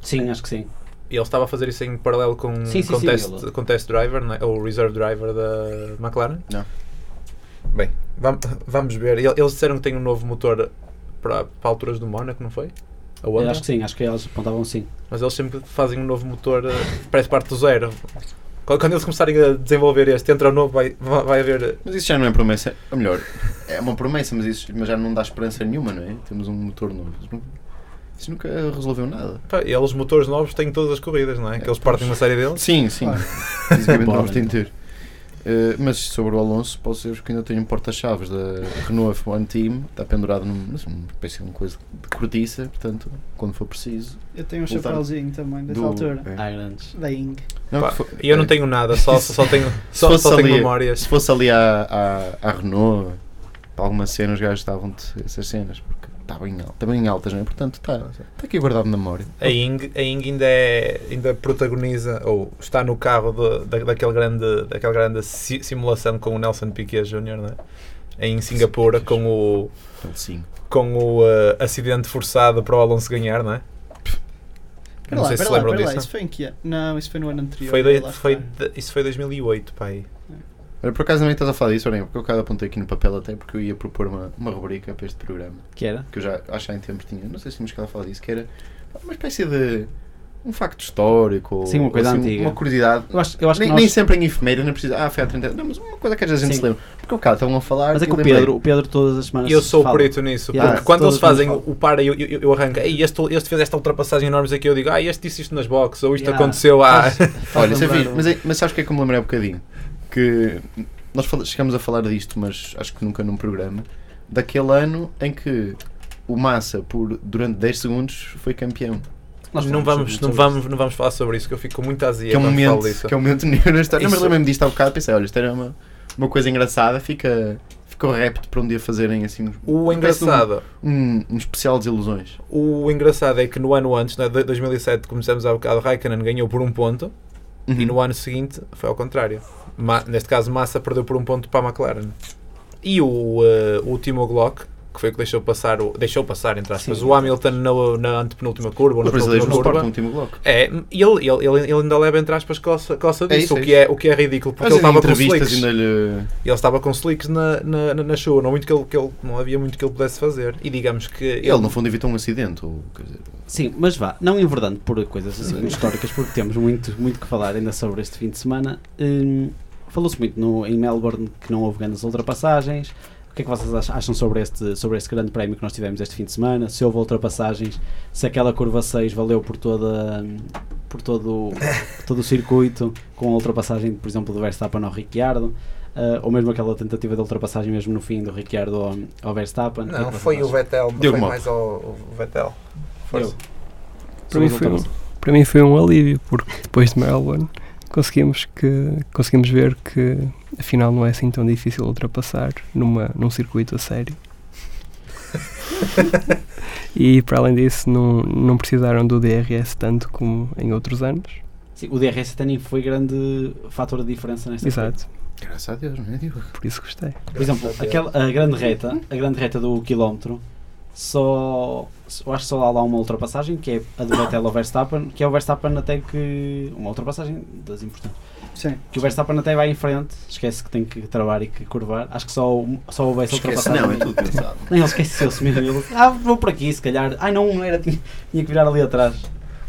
C: Sim, acho que sim.
A: E ele estava a fazer isso em paralelo com
C: Sim, sim,
A: com
C: sim,
A: test,
C: ele-
A: com test driver, não é? ou reserve driver da McLaren.
B: Não.
A: Bem, vam- vamos ver. Ele- Eles disseram que tem um novo motor para, para alturas do Mónaco, não foi? A
C: Eu
A: Honda?
C: acho que sim, acho que eles apontavam sim.
A: Mas eles sempre fazem um novo motor, eh, parece parte do zero. Quando quando eles começarem a desenvolver este, entra o novo, vai, vai vai haver
B: Mas isso já não é promessa, ou melhor, é uma promessa, mas isso mas já não dá esperança nenhuma, não é? Temos um motor novo. Isso nu- Isso nunca resolveu nada.
A: Pá, eles, motores novos, têm todas as corridas, não é? Que eles partem uma série deles.
B: Sim, sim. Fisicamente
C: Podem,
B: nós temos de ter. Eh, mas sobre o Alonso, posso dizer que ainda tenho um porta-chaves da Renault F1 Team, está pendurado num, numa espécie de uma coisa de cortiça, portanto, quando for preciso.
D: Eu tenho um
B: Voltar
D: chapéuzinho também, dessa
B: do-
D: altura.
B: é.
C: Há grandes.
D: Da Ing.
B: Não,
A: Ah, Pá,
B: que fo-
A: E eu não
B: eh,
A: tenho nada, só, só tenho, só,
B: fosse
A: só tenho
B: ali-
A: memórias.
B: Se fosse ali à, à, à Renault, para alguma cena, os gajos estavam-te essas cenas, porque estavam em, al- estavam em altas, não é? Portanto, está está aqui guardado na memória.
A: A Ing, a Ing ainda, é- ainda protagoniza, ou está no carro de- da, daquele grande, daquela grande si- simulação com o Nelson Piquet Jr., não é? Em Singapura, com o,
B: Ele sim.
A: com o eh, acidente forçado para o Alonso ganhar, não é?
D: Pera
A: Não
D: lá,
A: sei se
D: pera
A: se
D: lá,
A: lembram
D: pera lá,
A: disso.
D: Isso foi em que ano? Não, isso foi no ano anterior.
A: Foi
D: lá
A: de,
D: está.
A: foi de- isso foi 2008, pai.
B: Olha, por acaso também estás a falar disso, olha, porque eu cada apontei aqui no papel até porque eu ia propor uma, uma rubrica para este programa.
C: Que era?
B: que eu já acho que em tempos tinha, não sei se tínhamos que ela falar disso, que era uma espécie de um facto histórico ou
C: Sim, uma coisa
B: assim,
C: antiga.
B: uma curiosidade.
C: Eu acho, eu acho
B: nem,
C: que nós...
B: nem sempre em efeméride, não precisa. Ah, foi há 30 anos. Não, mas uma coisa que às vezes a gente
C: Sim.
B: se lembra. Porque o cara estavam a falar.
C: mas é
B: e
C: que o
B: eu lembrei.
C: Pedro, o Pedro todas as semanas
A: E eu sou
C: fala.
A: preto nisso, porque
C: Yeah,
A: quando
C: todas
A: eles fazem o,
C: as
A: o para e eu, eu, eu arranco, Ei, este, este fez esta ultrapassagem enorme, isso aqui eu digo, ah, este disse isto nas boxes, ou isto
C: Yeah.
A: aconteceu há.
B: Olha, isso é
C: lembrar
B: fixe.
C: o-
B: Mas, é- mas sabes o que é que eu me lembrei há um bocadinho? Que nós fala- chegamos a falar disto, mas acho que nunca num programa. Daquele ano em que o Massa, por, durante 10 segundos, foi campeão.
C: Nós
A: não,
C: falamos
A: vamos,
C: sobre-
A: não,
C: sobre
A: vamos, não vamos falar sobre isso, que eu fico com muita azia
B: que é um
A: quando falo
B: momento,
A: disso.
B: que é um momento negro na história. Não, mas
A: então Isso-
B: lembrei-me disto há bocado, pensei, olha, isto era uma, uma coisa engraçada, fica, fica o repto para um dia fazerem assim
A: O
B: parece um-
A: engraçado,
B: um, um especial de ilusões.
A: o engraçado é que no ano antes, na de 2007, começamos há bocado, Raikkonen ganhou por um ponto
B: Uhum.
A: e no ano seguinte foi ao contrário. Ma- neste caso, Massa perdeu por um ponto para a McLaren. E o, eh, o Timo Glock que foi o que deixou passar, o, deixou passar entre aspas, o Hamilton na, na antepenúltima curva. ou
B: Os
A: na
B: brasileiros no
A: penúltima
B: Sport
A: curva.
B: no último bloco.
A: É, e ele, ele, ele, ele ainda leva entre aspas coça, coça
B: É
A: disso,
B: isso,
A: o,
B: é
A: que é, o que é ridículo, porque
B: Mas
A: ele
B: em
A: estava com
B: entrevistas
A: slicks.
B: ainda lhe.
A: Ele estava com slicks na, na, na, na chuva, não, muito que ele, que ele, não havia muito que ele pudesse fazer. E digamos que
B: Ele, no fundo, evitou um acidente. Ou, quer dizer,
C: Sim, mas vá, não enverdando por coisas assim históricas, porque temos muito, muito que falar ainda sobre este fim de semana. Hum, Falou-se muito no, em Melbourne que não houve grandes ultrapassagens. O que é que vocês ach- acham sobre este, sobre este grande prémio que nós tivemos este fim de semana? Se houve ultrapassagens, se aquela curva 6 valeu por toda hum, por todo, por todo o circuito, com a ultrapassagem, por exemplo, do Verstappen ao Ricciardo, ah, ou mesmo aquela tentativa de ultrapassagem mesmo no fim do Ricciardo ao, ao Verstappen. O que é que
F: Não,
C: vocês
F: foi o
C: acham?
F: Vettel,
B: Diogo
F: foi
B: Mota.
F: mais ao o Vettel. Força.
E: Para mim, foi um, para mim foi um alívio, porque depois de Melbourne conseguimos, que, conseguimos ver que afinal não é assim tão difícil ultrapassar numa, num circuito a sério. e para além disso, não, não precisaram do DRS tanto como em outros anos.
C: Sim, o DRS até nem foi grande fator de diferença nesta
E: Exato,
B: Graças a Deus, não é? Diogo?
E: por isso gostei.
C: corrida. Por exemplo, aquela, a grande reta, a grande reta do quilómetro, só eu acho que só há lá uma ultrapassagem, que é a do Vettel ao Verstappen, que é o Verstappen até que uma ultrapassagem das importantes.
D: Sim.
C: Que o Verstappen até vai em frente, esquece que tem que travar e que curvar. Acho que só só houve essa
B: Esquece,
C: ultrapassagem.
B: não, é tudo pensado.
C: Nem ele esqueceu-se mesmo. Ele, ah, vou por aqui, se calhar. Ai, não, não era, tinha, tinha que virar ali atrás.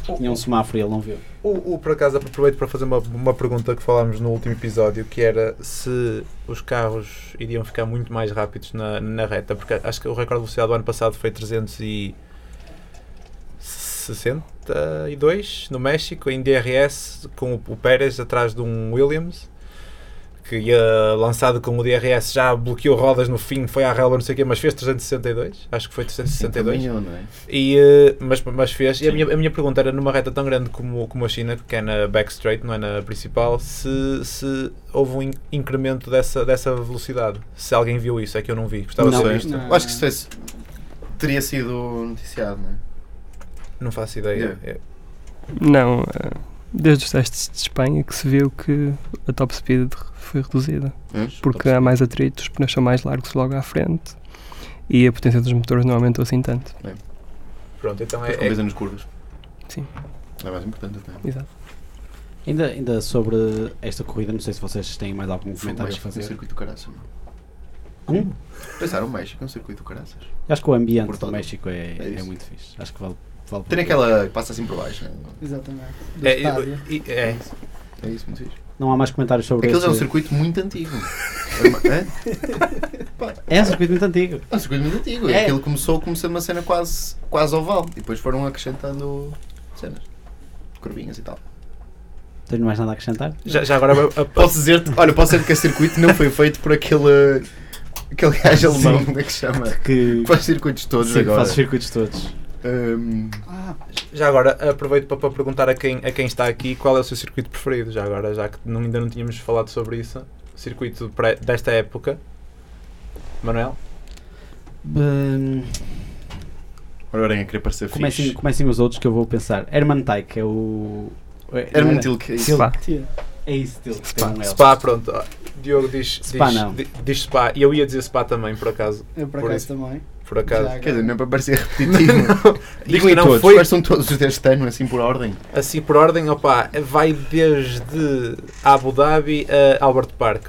C: Tinha um semáforo e ele não viu.
A: O, o, por acaso aproveito para fazer uma, uma pergunta que falámos no último episódio, que era se os carros iriam ficar muito mais rápidos na, na reta, porque acho que o recorde de velocidade do ano passado foi 362 no México, em DRS, com o, o Pérez atrás de um Williams, que ia lançado com o DRS, já bloqueou rodas no fim, foi à relva, não sei o quê, mas fez 362, acho que foi
B: Também
A: 362.
B: eu, não é?
A: E, eh, mas, mas fez. E a minha, a minha pergunta era numa reta tão grande como, como a China, que é na back straight, não é na principal, se, se houve um in- incremento dessa, dessa velocidade. Se alguém viu isso, é que eu não vi. Gostava de
B: Não sei.
A: saber isto.
D: Não.
B: Eu acho que se tivesse. Teria sido noticiado, não é?
A: Não faço ideia. É.
E: Não, eh, desde os testes de Espanha que se viu que a top speed foi reduzida.
B: Hum?
E: porque é- há mais atritos, os pneus são mais largos logo à frente e a potência dos motores não aumentou assim tanto.
A: Pronto, então é,
B: Depois
A: é,
B: compensa nos curvas.
E: Sim.
B: É mais importante até.
E: Exato.
C: Ainda, ainda sobre esta corrida, não sei se vocês têm mais algum
B: Foi
C: comentário a
B: um
C: fazer.
B: circuito do caraças. não?
C: Hum?
B: Pensaram o México é um circuito do caraças.
C: Acho que o ambiente
B: Portanto,
C: do México é,
B: é
C: é,
B: isso.
C: muito fixe. Acho que vale, vale
B: Tem
C: por-
B: aquela que passa assim por baixo, não é?
D: Exatamente. Do
A: é,
D: estádio.
A: e- é,
B: isso. É isso, muito fixe.
C: Não há mais comentários sobre
B: Aquele
C: isso.
B: já é um circuito muito antigo. É uma- Hã?
C: É um circuito muito antigo.
B: É um circuito muito antigo.
C: É.
B: E aquilo começou como sendo uma cena quase, quase oval. E depois foram acrescentando cenas. Curvinhas e tal.
C: Tenho mais nada a acrescentar?
A: já, já agora a- a-
B: Posso dizer-te, olha, posso dizer que esse circuito não foi feito por aquele. aquele gajo alemão, como é que se chama?
C: Que
B: Que faz circuitos todos
C: sim, que
B: agora.
C: faz os circuitos todos.
B: Hum,
D: Ah,
A: já agora aproveito para, para perguntar a quem, a quem está aqui qual é o seu circuito preferido, já agora, já que não- ainda não tínhamos falado sobre isso. Circuito pré- desta época. Manuel?
C: Hum,
B: Ora bem, a querer parecer
C: comecem,
B: fixe.
C: comecem os outros que eu vou pensar. Hermann que é o.
B: Era um
C: não
B: til que é isso.
C: Til-
E: Spa.
D: tia.
C: É isso, Til. que
E: Spa.
C: tem um L.
A: Spa, pronto. ó, Diogo diz,
C: Spa
A: diz,
C: não.
A: di- diz Spa. E eu ia dizer Spa também, por acaso.
D: Eu por
A: Por
D: acaso
A: isso.
D: também.
A: Por acaso.
D: Já
B: Quer dizer,
D: agora.
B: não é para parecer repetitivo.
A: Isto
B: Digam-me
A: não
B: todos,
A: foi-
B: quais são todos os deste ano, assim por ordem?
A: Assim por ordem, opa, vai desde Abu Dhabi a Albert Park.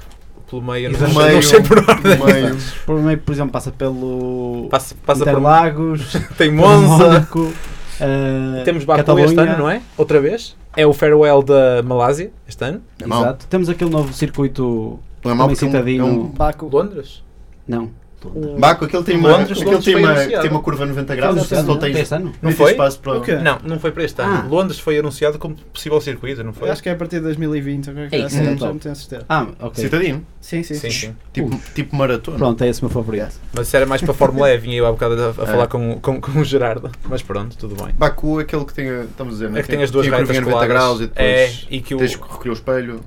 A: Pelo é meio, não,
C: Exato.
A: sei- não sei por ordem.
B: no meio.
C: Por, meio, por exemplo, passa pelo.
A: Passa, passa por
C: Interlagos,
A: Tem Monza.
C: Mónaco. ah,
A: Temos Baku este
C: Catalunha.
A: ano, não é? Outra vez. É o farewell da Malásia este ano.
B: É mau.
C: Exato. Temos aquele novo circuito.
B: Não é mau
C: Também
B: porque é um- é um.
D: Baco.
A: Londres.
C: Não.
B: Baco, aquele tem uma,
A: Londres,
B: aquele
A: Londres
B: tem
A: foi
B: uma,
A: anunciado.
B: tem uma curva 90
C: Foi
B: graus,
C: este
B: só
C: ano,
B: tens,
C: foi este ano?
B: nem
A: Não
B: tens
A: foi?
B: espaço para.
D: O quê?
A: Não, não foi para este ano.
C: Ah.
A: Londres foi anunciado como possível circuito, não foi?
D: Eu acho que é a partir de 2020, agora que
C: É
D: já
C: isso,
D: sei,
C: então.
D: assim, já não tenho certeza.
C: Ah, ok.
B: Citadino,
D: Sim,
C: é
D: sim,
A: Sim,
D: sim.
A: sim.
B: tipo, tipo maratona.
C: Pronto, é esse o meu favorito.
A: Mas isso era mais para a Fórmula E, vinha eu há bocado a, a
B: É.
A: falar com, com, com o Gerardo. Mas pronto, tudo bem.
B: Baku, aquele que tem, a- estamos a dizer, não
A: É que tem as duas
B: a curva
A: retas
B: 90
A: coladas.
B: graus e depois
A: é, e que o,
B: tens que recolher o espelho.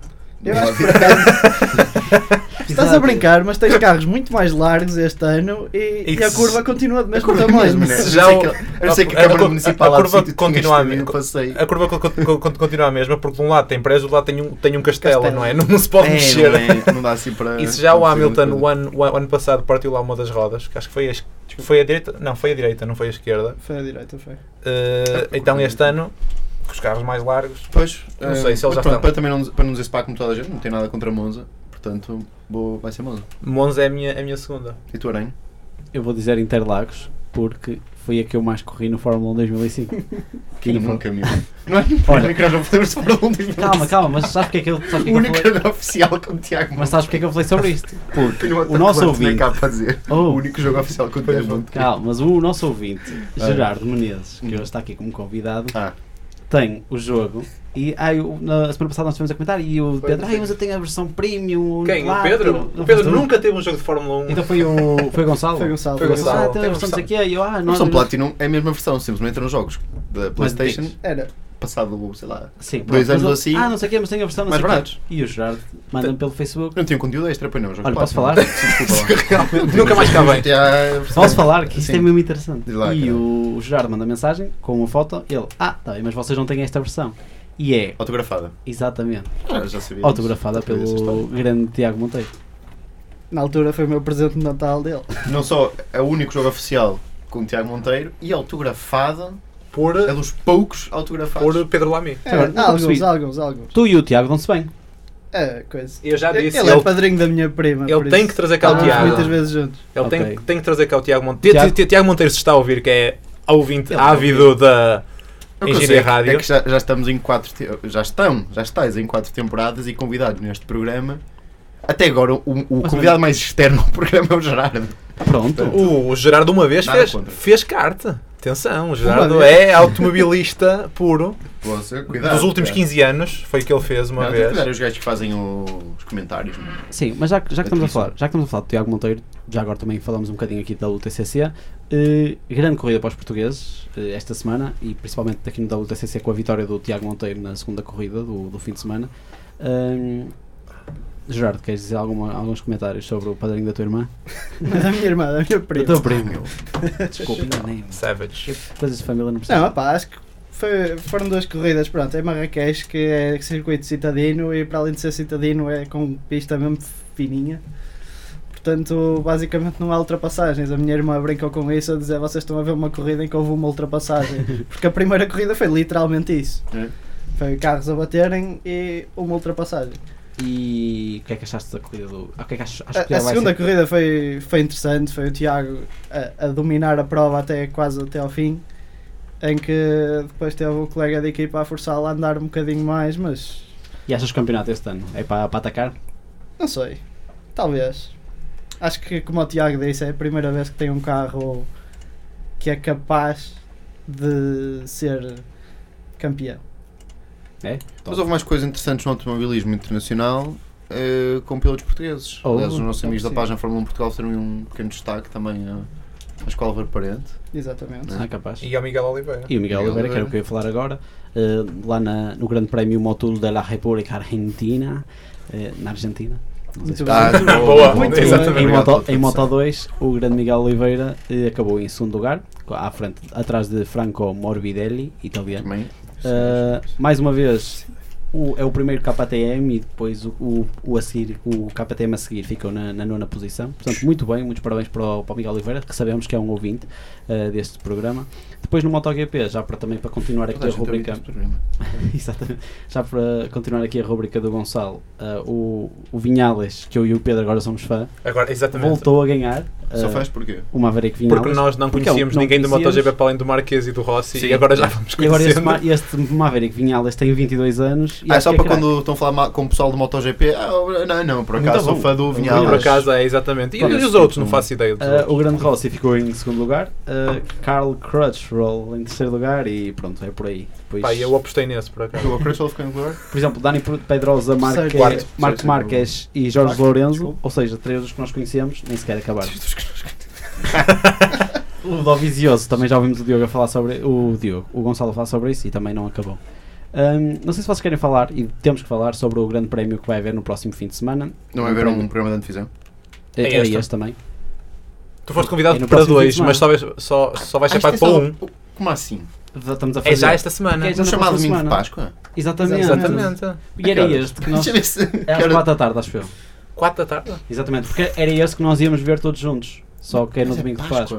D: Eu acho que por acaso- Estás a brincar, mas tens carros muito mais largos este ano e,
A: E
D: e a
A: se-
D: curva continua do mesmo
A: é
B: curva
D: tamanho.
B: mesmo, né?
D: Se-
A: Já o-
B: Eu não sei que a
A: a-
B: Câmara
A: a-
B: Municipal
A: a
B: lá do
A: curva
B: sítio tinha este
A: continua a-
B: caminho, eu passei.
A: A curva co- co- co- continua a mesma, porque de um lado tem prédio, do lado tem um, tem um castelo,
D: Castelo.
A: não é? Não, não se pode
B: É,
A: mexer.
B: Não, é, não dá assim para.
A: E se já o
B: para fazer
A: Hamilton,
B: muita
A: o
B: coisa.
A: ano, o ano passado, partiu lá uma das rodas, que acho que foi a, es- foi a direita, não, foi a direita, não foi a esquerda.
D: Foi à direita, foi.
A: Eh,
B: Ah,
A: então
B: porque-
A: este ano, com os carros mais largos,
B: Pois,
A: Não
B: eh,
A: sei se
B: mas
A: eles já
B: pronto,
A: estão.
B: Para, também não, nos- para não dizer Spa como toda a gente, não tenho nada contra Monza, portanto vou, vai ser Monza.
A: Monza é a minha, é a minha segunda.
B: E tu, Aranha?
C: Eu vou dizer Interlagos porque foi a que eu mais corri no Fórmula 1 2005.
B: Que
C: Sim,
B: no
C: vou-
B: caminho. Não é Olha, que nós não podemos falar um dos
C: calma, calma, mas sabes porque é que eu, sabes
B: O
C: porque é que eu
B: único
C: falei?
B: jogo oficial com o Tiago
C: Mas sabes porque é que eu falei sobre isto? Porque
B: Monte. Não há
C: o nosso
B: tanto um quanto nem
C: ouvinte.
B: cá para dizer. O
C: Oh,
B: único jogo oficial com o Tiago Monte.
C: calma, mas o nosso ouvinte,
B: Ah.
C: Gerardo Menezes, que
B: Hum.
C: hoje está aqui como convidado,
B: Ah.
C: tem o jogo. E ah, eu- na semana passada nós tivemos a comentar e o Pedro, ai, mas eu tenho a versão premium.
A: Quem? O
C: lá,
A: Pedro?
C: não- não
A: O
C: foste
A: Pedro
C: tu?
A: nunca teve um jogo de Fórmula 1.
C: Então foi o foi o Gonçalo.
D: Foi Gonçalo.
A: Foi
C: O Gonçalo,
A: Gonçalo.
C: ah, tem a
A: Tem
C: versão
A: Gonçalo.
C: não sei o quê. E eu, ah,
B: A
C: não,
B: versão
C: não-
B: Platinum é a mesma versão, simplesmente entra nos jogos da Playstation,
D: Era.
B: passado, sei lá,
C: Sim, pronto,
B: dois
C: mas
B: anos
C: eu-
B: assim.
C: Ah, não sei o quê, mas tem a versão não
B: mais
C: sei o quê.
B: baratos.
C: E o Gerardo manda-me pelo Facebook.
B: Não tinha conteúdo extra, pois não, jogo
C: Olha, posso
B: Platinum.
C: falar?
B: Desculpa lá.
A: Nunca mais cá vem.
B: GTA versão-
C: Posso falar que isto é
B: Sim.
C: mesmo interessante.
B: Diz lá,
C: e
B: cara.
C: o, o Gerardo manda mensagem com uma foto. Ele, ah, tá bem, mas vocês não têm esta versão. E é,
B: Autografada.
C: exatamente,
B: Ah, já sabia.
C: autografada
B: Já sabia dessa história.
C: pelo grande Tiago Monteiro.
D: Na altura foi o meu presente de Natal dele.
B: Não só é o único jogo oficial com o Tiago Monteiro e autografada,
A: Por,
B: é dos poucos autografados.
A: por Pedro Lamy.
D: É,
C: Agora, nunca
D: alguns,
C: percebi.
D: alguns, alguns.
C: Tu e o Tiago dão-se bem.
D: É, coisa.
A: Eu já disse,
D: ele,
A: ele,
D: é padrinho da minha prima.
A: ele
D: por
A: tem
D: isso.
A: que trazer cá o
D: Estávamos
A: Tiago.
D: muitas vezes juntos.
A: Ele tem,
C: Ok.
A: que- tem que trazer cá o Tiago Monteiro.
C: Tiago-
A: Tiago, Tiago Monteiro se está a ouvir, que é ouvindo,
C: Ele-
A: ávido da
B: O que eu sei
A: Engenharia
B: é que-
A: Rádio.
B: É que já, já estamos em quatro. te- Já estão, já estás em quatro temporadas e convidados neste programa. Até agora, o, o convidado mais externo ao programa é o Gerardo.
C: Pronto.
A: O, o Gerardo uma vez
B: Nada
A: fez,
B: contra.
A: fez carta. Atenção, o Gerardo
D: vez.
A: é automobilista puro.
B: Posso,
A: Dos últimos 15 anos foi o que ele fez uma vez.
B: Cuidado, os gajos que fazem o- os comentários. mano.
C: Sim, mas já, que- já, que
B: É
C: estamos a
B: difícil.
C: falar, já que estamos a falar do Tiago Monteiro, já agora também falamos um bocadinho aqui da WTCC, eh, grande corrida para os portugueses eh, esta semana e principalmente aqui no WTCC com a vitória do Tiago Monteiro na segunda corrida do, do fim de semana. Ahm, Gerardo, queres dizer alguma- alguns comentários sobre o padrinho da tua irmã?
D: Mas a minha irmã, da minha
C: Do
D: prima.
C: teu primo. Desculpa, enganei-me.
A: Savage.
C: Coisas de família não percebo.
D: Não, pá, acho que foi- foram duas corridas, pronto, é Marrakech que é circuito citadino e para além de ser citadino é com pista mesmo fininha. Portanto, basicamente não há ultrapassagens. A minha irmã brincou com isso a dizer vocês estão a ver uma corrida em que houve uma ultrapassagem. Porque a primeira corrida foi literalmente isso.
B: É.
D: Foi carros a baterem e uma ultrapassagem.
C: E o que é que achaste da corrida do. ah, O que é assim. que achas, achas que
D: A, a
C: ela vai
D: segunda
C: ser-
D: corrida foi, foi interessante, foi o Tiago a, a dominar a prova até quase até ao fim, em que depois teve o colega de equipa a forçá-lo a andar um bocadinho mais, mas
C: E achas que o campeonato este ano? É para, para atacar?
D: não sei, talvez. Acho que como o Tiago disse, é a primeira vez que tem um carro que é capaz de ser campeão.
C: É? Top.
B: Mas houve mais coisas interessantes no automobilismo internacional eh, com pilotos portugueses.
C: Oh,
B: Aliás, os nossos
D: é
B: amigos da
D: possível.
B: página Fórmula 1 Portugal fizeram um pequeno destaque também eh, a Pascoal Parente.
D: Exatamente.
C: Ah, capaz.
A: E ao Miguel Oliveira.
C: E o
B: Miguel
C: Miguel
B: Oliveira.
C: Oliveira, que era o que eu ia falar agora, eh, lá na- no Grande Prémio Motul de la República Argentina, eh, na Argentina. Não sei se-
D: Muito
B: Ah,
D: bem.
A: boa,
D: Muito
A: exatamente.
C: Em
B: Obrigado pela
C: Moto, em
B: tradução.
C: Moto 2, o grande Miguel Oliveira eh, acabou em segundo lugar, co- à frente, atrás de Franco Morbidelli, italiano.
B: Também.
C: Eh, mais uma vez, o- é o primeiro KTM e depois o, o, o a seguir, o KTM a seguir ficou na, na nona posição. Portanto, muito bem, muitos parabéns para o, para o Miguel Oliveira, que sabemos que é um ouvinte eh, deste programa. Depois no MotoGP, já para, também para continuar aqui
B: Toda
C: a
B: a gente ouve
C: rubrica.
B: este programa.
C: Exatamente. Já para continuar aqui a rubrica do Gonçalo, ah, o, o Vinhales, que eu e o Pedro agora somos fã,
A: Agora, exatamente.
C: voltou a ganhar ah,
B: É. Só faz porquê?
C: o Maverick Vinhales.
A: Porque nós não
C: Porque
A: conhecíamos
C: não
A: ninguém do
C: conhecíamos.
A: MotoGP para além do Marquês e do Rossi
B: Sim.
A: e agora já vamos
C: E agora este,
A: conhecendo.
C: Ma- este Maverick Vinhales tem 22 anos. E
B: né? Ah, é
C: acho
B: só
C: que é
B: para
C: craque.
B: quando estão a falar mal com o pessoal do MotoGP. Ah, eu- não, não, por acaso
C: Muito
B: sou
C: bom.
B: fã do
A: Ah,
B: Vinhales.
A: Por acaso é, exatamente. E, e os outros? Não faço ideia dos
C: tipo Ah,
A: outros.
C: o grande Rossi ficou em segundo lugar, ah, Carl Crutchroll em terceiro lugar e pronto, é por aí. Depois,
A: Pá, eu apostei nesse, por acaso.
B: O Crutchlow ficou em que lugar?
C: por exemplo, Dani Pedrosa, Marque,
A: Quarto.
C: Marco
B: Sexto.
C: Marques e Jorge
B: Quarto,
C: Lourenço,
B: desculpa.
C: ou seja, três dos que nós conhecemos, nem sequer acabaram. O Dovizioso, também já ouvimos o Diogo a falar sobre o Diogo, o Gonçalo a falar sobre isso e também não acabou. Um, não sei se vocês querem falar, e temos que falar, sobre o grande prémio que vai haver no próximo fim de semana.
B: Não vai
C: Um
B: haver
C: prémio.
B: um programa de antevisão?
C: É,
A: É
C: é
A: este.
C: este também.
A: Tu foste
C: É
A: convidado
C: no
A: para
C: próximo é? fim de
A: dois,
C: semana.
A: mas só, vais- só, só vais ser
C: é
A: pago para um.
B: Como assim?
C: Estamos a fazer.
A: É já esta semana.
C: É já
B: Um
C: na
B: chamado
C: próxima
B: domingo de
C: semana.
B: Páscoa?
C: Exatamente.
A: Exatamente.
C: E era este que nós.
B: Deixa eu ver se...
C: É às
B: quero-
C: 4 da tarde, acho eu.
A: Quatro da tarde?
C: Exatamente, porque era esse que nós íamos ver todos juntos. Só que é no
B: Mas é
C: domingo de
B: Páscoa.
C: Páscoa.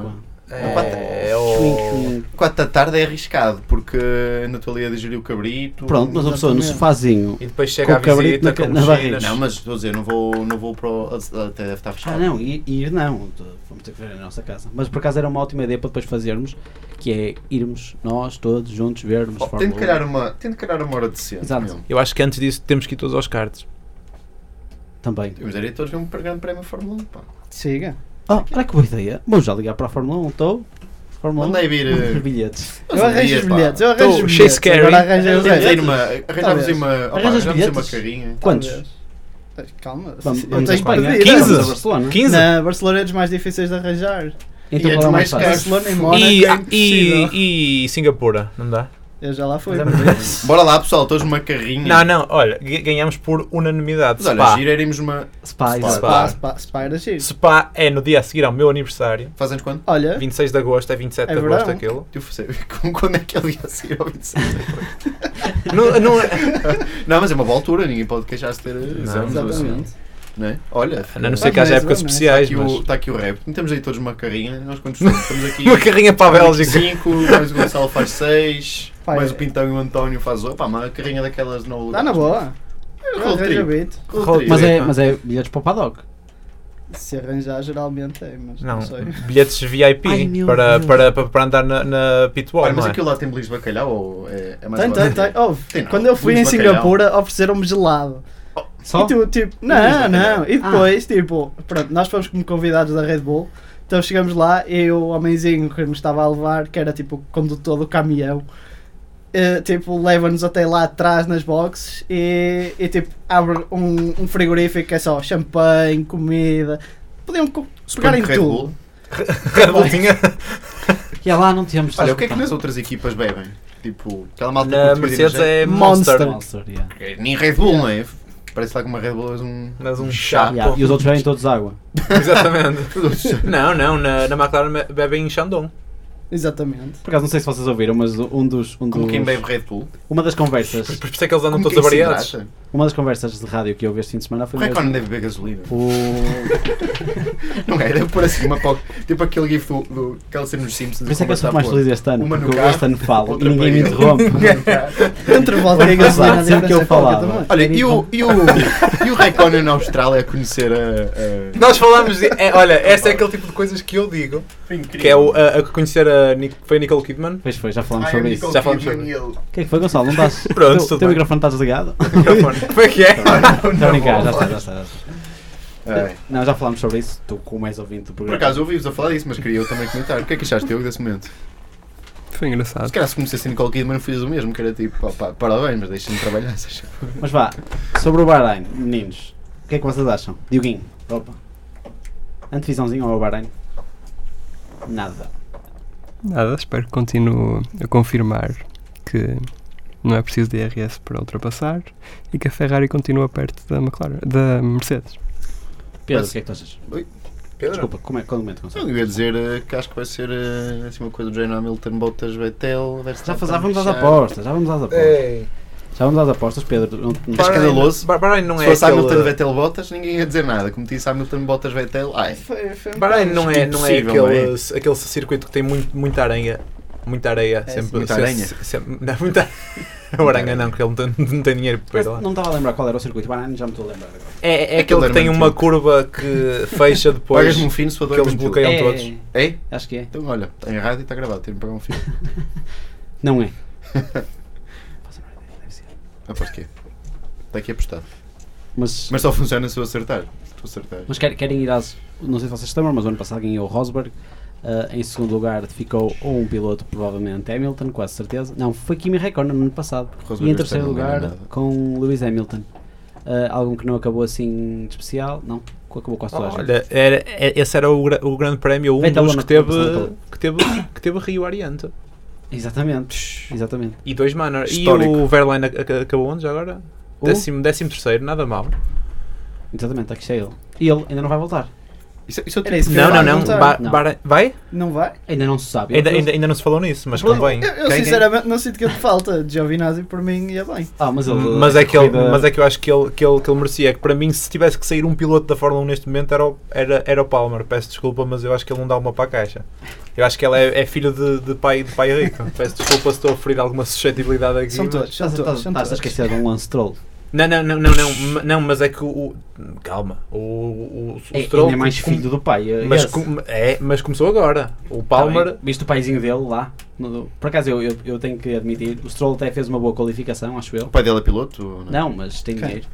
B: quatro-
A: É, é o...
B: Quatro da tarde é arriscado, porque na tua ali é digerir o cabrito...
C: Pronto, mas a pessoa no
D: Exatamente.
C: sofazinho.
A: E depois chega
C: Com o
A: a
C: cabrito
A: visita
C: na ca-
A: com
C: na barriga.
A: mochilas.
B: Não, mas estou a dizer, não vou, não vou para o... Até deve estar fechado.
C: Ah, não, ir, ir não. Vamos ter que ver na nossa casa. Mas por acaso era uma ótima ideia para depois fazermos, que é irmos nós todos juntos vermos.
B: Oh,
C: Fórmula
B: tem, de
C: 1.
B: calhar uma, tem de calhar uma hora de cena.
C: Exato.
B: meu.
A: Eu acho que antes disso temos que ir todos aos cartes.
C: Também.
B: Temos de ir todos ver um grande prémio Fórmula 1, pá.
D: Chega.
C: Ah, olha que boa ideia. Vou já ligar para a Fórmula 1, estou. Fórmula 1.
B: Mandei vir... eh,
C: bilhetes.
B: uns
D: Eu arranjo
B: dias,
D: os
B: pá.
D: bilhetes, eu arranjo
A: Tô
D: os
A: cheio
D: bilhetes.
A: scary.
D: Agora arranjei os
B: Arranjamos aí
D: bilhetes.
B: uma... Arranjamos aí uma... opa,
C: Arranjas
B: Arranjamos aí uma
C: bilhetes?
B: carinha.
C: Quantos?
D: Talvez. Calma.
C: Vamos,
D: eu
C: vamos a
D: tenho que
C: Espanha.
D: pedir.
A: 15?
C: Vamos a Barcelona.
A: 15?
D: Na Barcelona é dos mais difíceis de arranjar.
C: Então
B: E é
C: qual é o
B: do mais
C: mais fácil?
B: caro.
D: Barcelona e Mónaco
A: E,
D: é
A: e,
D: impossível.
A: e Singapura, não dá?
D: Eu já lá fui.
C: Mas é muito
B: Bora lá, pessoal, todos numa carrinha.
A: Não, não, olha, ga- ganhamos por unanimidade.
B: Mas olha,
A: Spa.
B: gira, iremos uma...
C: Spa, exato.
A: Spa.
D: Pá, pá, Spa era giro.
A: Spa é no dia a seguir ao meu aniversário,
B: Faz anos quando?
D: Olha,
A: 26 de agosto, é 27
D: É
A: de agosto
D: verão.
A: aquilo.
B: Eu sei, com- quando é que ele ia sair ao 26?
A: não, não,
B: não, mas é uma boa altura, ninguém pode queixar-se de ter exames ou assim,
D: exatamente.
B: não é? Olha,
A: a não ser que
D: Mas
A: haja
D: é
A: épocas
D: verão, não é?
A: especiais,
B: aqui
A: mas...
B: o, está aqui o rap. Metemos aí todos uma carrinha, nós quantos somos? estamos aqui.
A: Uma carrinha para a Bélgica.
B: 5, mais o Gonçalo faz 6,
D: Pá,
B: mais
D: é-
B: o Pintão e o António faz 8. Pá, uma carrinha daquelas no
D: Dá Tá na boa. Eu
C: um
B: road
D: arranjo
B: trip.
D: a beat.
B: Road trip.
C: Mas é, mas é bilhetes para o paddock.
D: Se arranjar, geralmente é, mas não,
A: Não,
D: sei.
A: bilhetes VIP
C: Ai, meu
A: para,
C: Deus.
A: para, para, para andar na, na pit wall,
B: Olha, mas
A: não é?
B: aquilo lá tem bolis de bacalhau ou é, é mais
D: Tem,
B: barato?
D: tem, tem. Ouve,
B: Tem não.
D: quando eu fui em
B: Bolinhos de bacalhau.
D: Singapura, ofereceram-me gelado.
C: Só?
D: E tu, tipo,
B: Bolinhos
D: não,
B: de
D: não.
B: bacalhau.
D: E depois, tipo, pronto, nós fomos como convidados da Red Bull. Então chegamos lá e o homenzinho que nos estava a levar, que era tipo o condutor do caminhão, eh, tipo, leva-nos até lá atrás nas boxes e, e, tipo, abre um, um frigorífico que é só champanhe, comida. Podiam co-
B: Suponho
D: pegar em
B: que Red
D: tudo.
B: Bull.
A: Red Bull tinha-
C: E é lá não tínhamos
B: Olha, o que é que nas outras equipas bebem? Tipo, aquela malta
A: Na
B: que curte
A: Mercedes
B: dirigir.
A: é
D: Monster.
A: Monster.
C: Monster, yeah.
B: Nem Red Bull, não é? Parece lá que uma Red Bull és um.
A: Mas um chapo.
C: Yeah, E os outros bebem todos água.
A: Exatamente. Não, não, na, na McLaren be- bebem Shandong.
D: Exatamente.
C: Por acaso não sei se vocês ouviram, mas um dos, um
B: Como
C: dos-
B: quem bebe Red Bull.
C: uma das conversas,
A: Por isso é que eles andam
B: Como
A: todos
B: quem se
A: avariados.
B: hidrata.
C: uma das conversas de rádio que eu ouvi este fim de semana foi
B: Porquê é que
C: mesmo
B: não deve beber gasolina?
C: o
B: Não é, deve pôr assim uma coca. Tipo aquele gif do. do aquela cena dos Simpsons.
C: Por isso é que eu
B: começa
C: sou
B: a
C: mais
B: pôr
C: feliz este ano,
B: Uma no
C: porque eu
B: carro,
C: este ano falo e
B: outra
C: ninguém me
B: para ele.
C: interrompe.
B: uma no carro.
D: Entre volta e gasolina,
C: Sempre que eu
D: diferença é pouca
C: falava.
D: também.
B: Olha, e o, e o, e o Raikkonen na Austrália a conhecer a.
A: Nós falamos de. é, olha, esta é aquele tipo de coisas que eu digo. Que é o, a, a conhecer a. Nic- Foi a Nicole Kidman.
C: Pois foi, já falamos sobre isso.
A: Já falamos sobre
C: O que é que foi, Gonçalo? Não estás.
A: Pronto,
C: teu,
A: tudo
C: teu
A: bem.
C: microfone está desligado?
A: Como é que é?
C: Está a brincar, já está, já está. já está.
B: Ai.
C: Não, já falámos sobre isso. Tu, como és ouvinte do
B: É. Por
C: programa.
B: acaso ouvi-vos a falar disso, mas queria eu também comentar. O que é que achaste, Diogo, desse momento?
E: Foi engraçado.
B: Se calhar se conhecesse Nicole Kidman fiz o mesmo, que era tipo, opá, parabéns, mas deixa-me trabalhar. sabes?
C: Mas vá, sobre o Bahrein, meninos, o que é que vocês acham? Dioguinho, opa. Antevisãozinho ao Bahrein? Nada.
E: Nada, espero que continue a confirmar que não é preciso DRS para ultrapassar e que a Ferrari continua perto da McLaren, da Mercedes.
C: Pedro,
B: Mas-
C: o que é que tu achas?
A: Pedro?
C: Desculpa, como é como é que
B: Eu
C: Gonçalo?
B: ia dizer eh, que acho que vai ser eh, assim uma coisa do Jane Hamilton, Bottas, Vettel,
C: Já
B: Verstappen.
C: faz, já vamos às
B: Richard.
C: apostas, já vamos às
B: É.
C: apostas. Já vamos às apostas, Pedro. Não, não-
B: Acho que é da Lousa.
A: Bah- Bahrein não
B: Se
A: é.
B: fosse Hamilton,
A: Aquele,
B: Vettel, Bottas, ninguém ia dizer nada. Como disse Hamilton, Bottas, Vettel, ai.
D: Foi- foi um
A: Bahrein
D: bocado
A: não é, não é
B: Impossível,
A: aquele, aquele circuito que tem muito, muita areia. Muita areia.
D: É,
A: sempre,
D: sim.
B: Muita
A: se-
B: aranha.
A: se- sempre- não, muita Não, aranha não, porque ele não tem, não tem dinheiro para ir lá.
C: Mas Não estava a lembrar qual era o circuito, Bahrein já me estou a lembrar agora.
A: É, é
B: Aquele
A: aquele que
B: era
A: tem
B: muito
A: uma
B: louco.
A: curva que fecha depois.
B: Pagas-me um fino, se for
A: que eles bloqueiam todos.
B: É?
C: acho que é.
B: Então olha, está errado e está gravado, tem de pagar um fino.
C: Não é.
B: Aposto que é. Está aqui apostado.
C: Mas, mas,
B: Mas só funciona se eu acertar. Se tu acertares.
C: quer- querem ir às. Não sei se vocês se lembram, mas o ano passado ganhou o Rosberg. Ah, em segundo lugar ficou ou um piloto, provavelmente Hamilton, quase certeza. Não, foi Kimi Räikkönen no ano passado.
B: Rosberg
C: E em
B: este
C: terceiro
B: ano não ganha
C: lugar
B: nada.
C: com Lewis Hamilton. Ah, algum que não acabou assim de especial? Não, acabou quase
D: Oh,
C: toda a gente.
A: Olha, era, é- esse era o, gra- o grande prémio, um
C: Vettel
A: dos
C: não
A: que teve,
C: acabou.
A: que teve que teve Rio Oriente.
C: Exatamente, exatamente.
A: E dois Manor.
B: Histórico.
A: E o Verlaine ac- ac- acabou onde já agora?
C: O?
A: Décimo, décimo terceiro, nada mal.
C: Exatamente, aqui está ele. E ele ainda não vai voltar.
B: Isso, isso é o
D: Era
B: tipo-
D: isso que eu
A: Não,
D: ia
A: não, não.
D: perguntar.
A: Ba-
C: Não.
A: bara- Vai?
D: Não vai?
C: Ainda não se sabe.
A: Ainda, ainda, ainda não se falou nisso, mas convém.
D: Eu, eu
A: Quem-
D: sinceramente não sinto que ele te falta. Giovinazzi por mim ia bem.
C: Ah, mas ele.
D: Hum,
A: Mas é, que ele,
C: corrida-
A: mas é que eu acho que ele, que, ele, que ele merecia. É que para mim, se tivesse que sair um piloto da Fórmula 1 neste momento, era o, era, era o Palmer. Peço desculpa, mas eu acho que ele não dá uma para a caixa. Eu acho que ele é, é filho de, de, pai, de pai rico. Peço desculpa se estou a ferir alguma suscetibilidade aqui.
D: São
A: mas-
D: todos, são
C: Estás, estás,
D: todos, são
C: estás a
D: todos.
C: esquecer de um Lance Troll.
A: Não, não, não, não, não, ma- não, mas é que o. o- calma. O,
D: Um
A: o, o
C: É,
A: Stroll
C: ainda é mais
A: com-
C: filho do pai. é
A: mas,
C: esse.
A: com- é, mas começou agora. O
C: Tá bem.
A: Palmer.
C: Viste o paizinho dele lá? No- por acaso eu, eu, eu tenho que admitir, o Stroll até fez uma boa qualificação, acho eu.
B: O pai dele é piloto? ou
C: Não, mas tem
D: Quem?
C: dinheiro.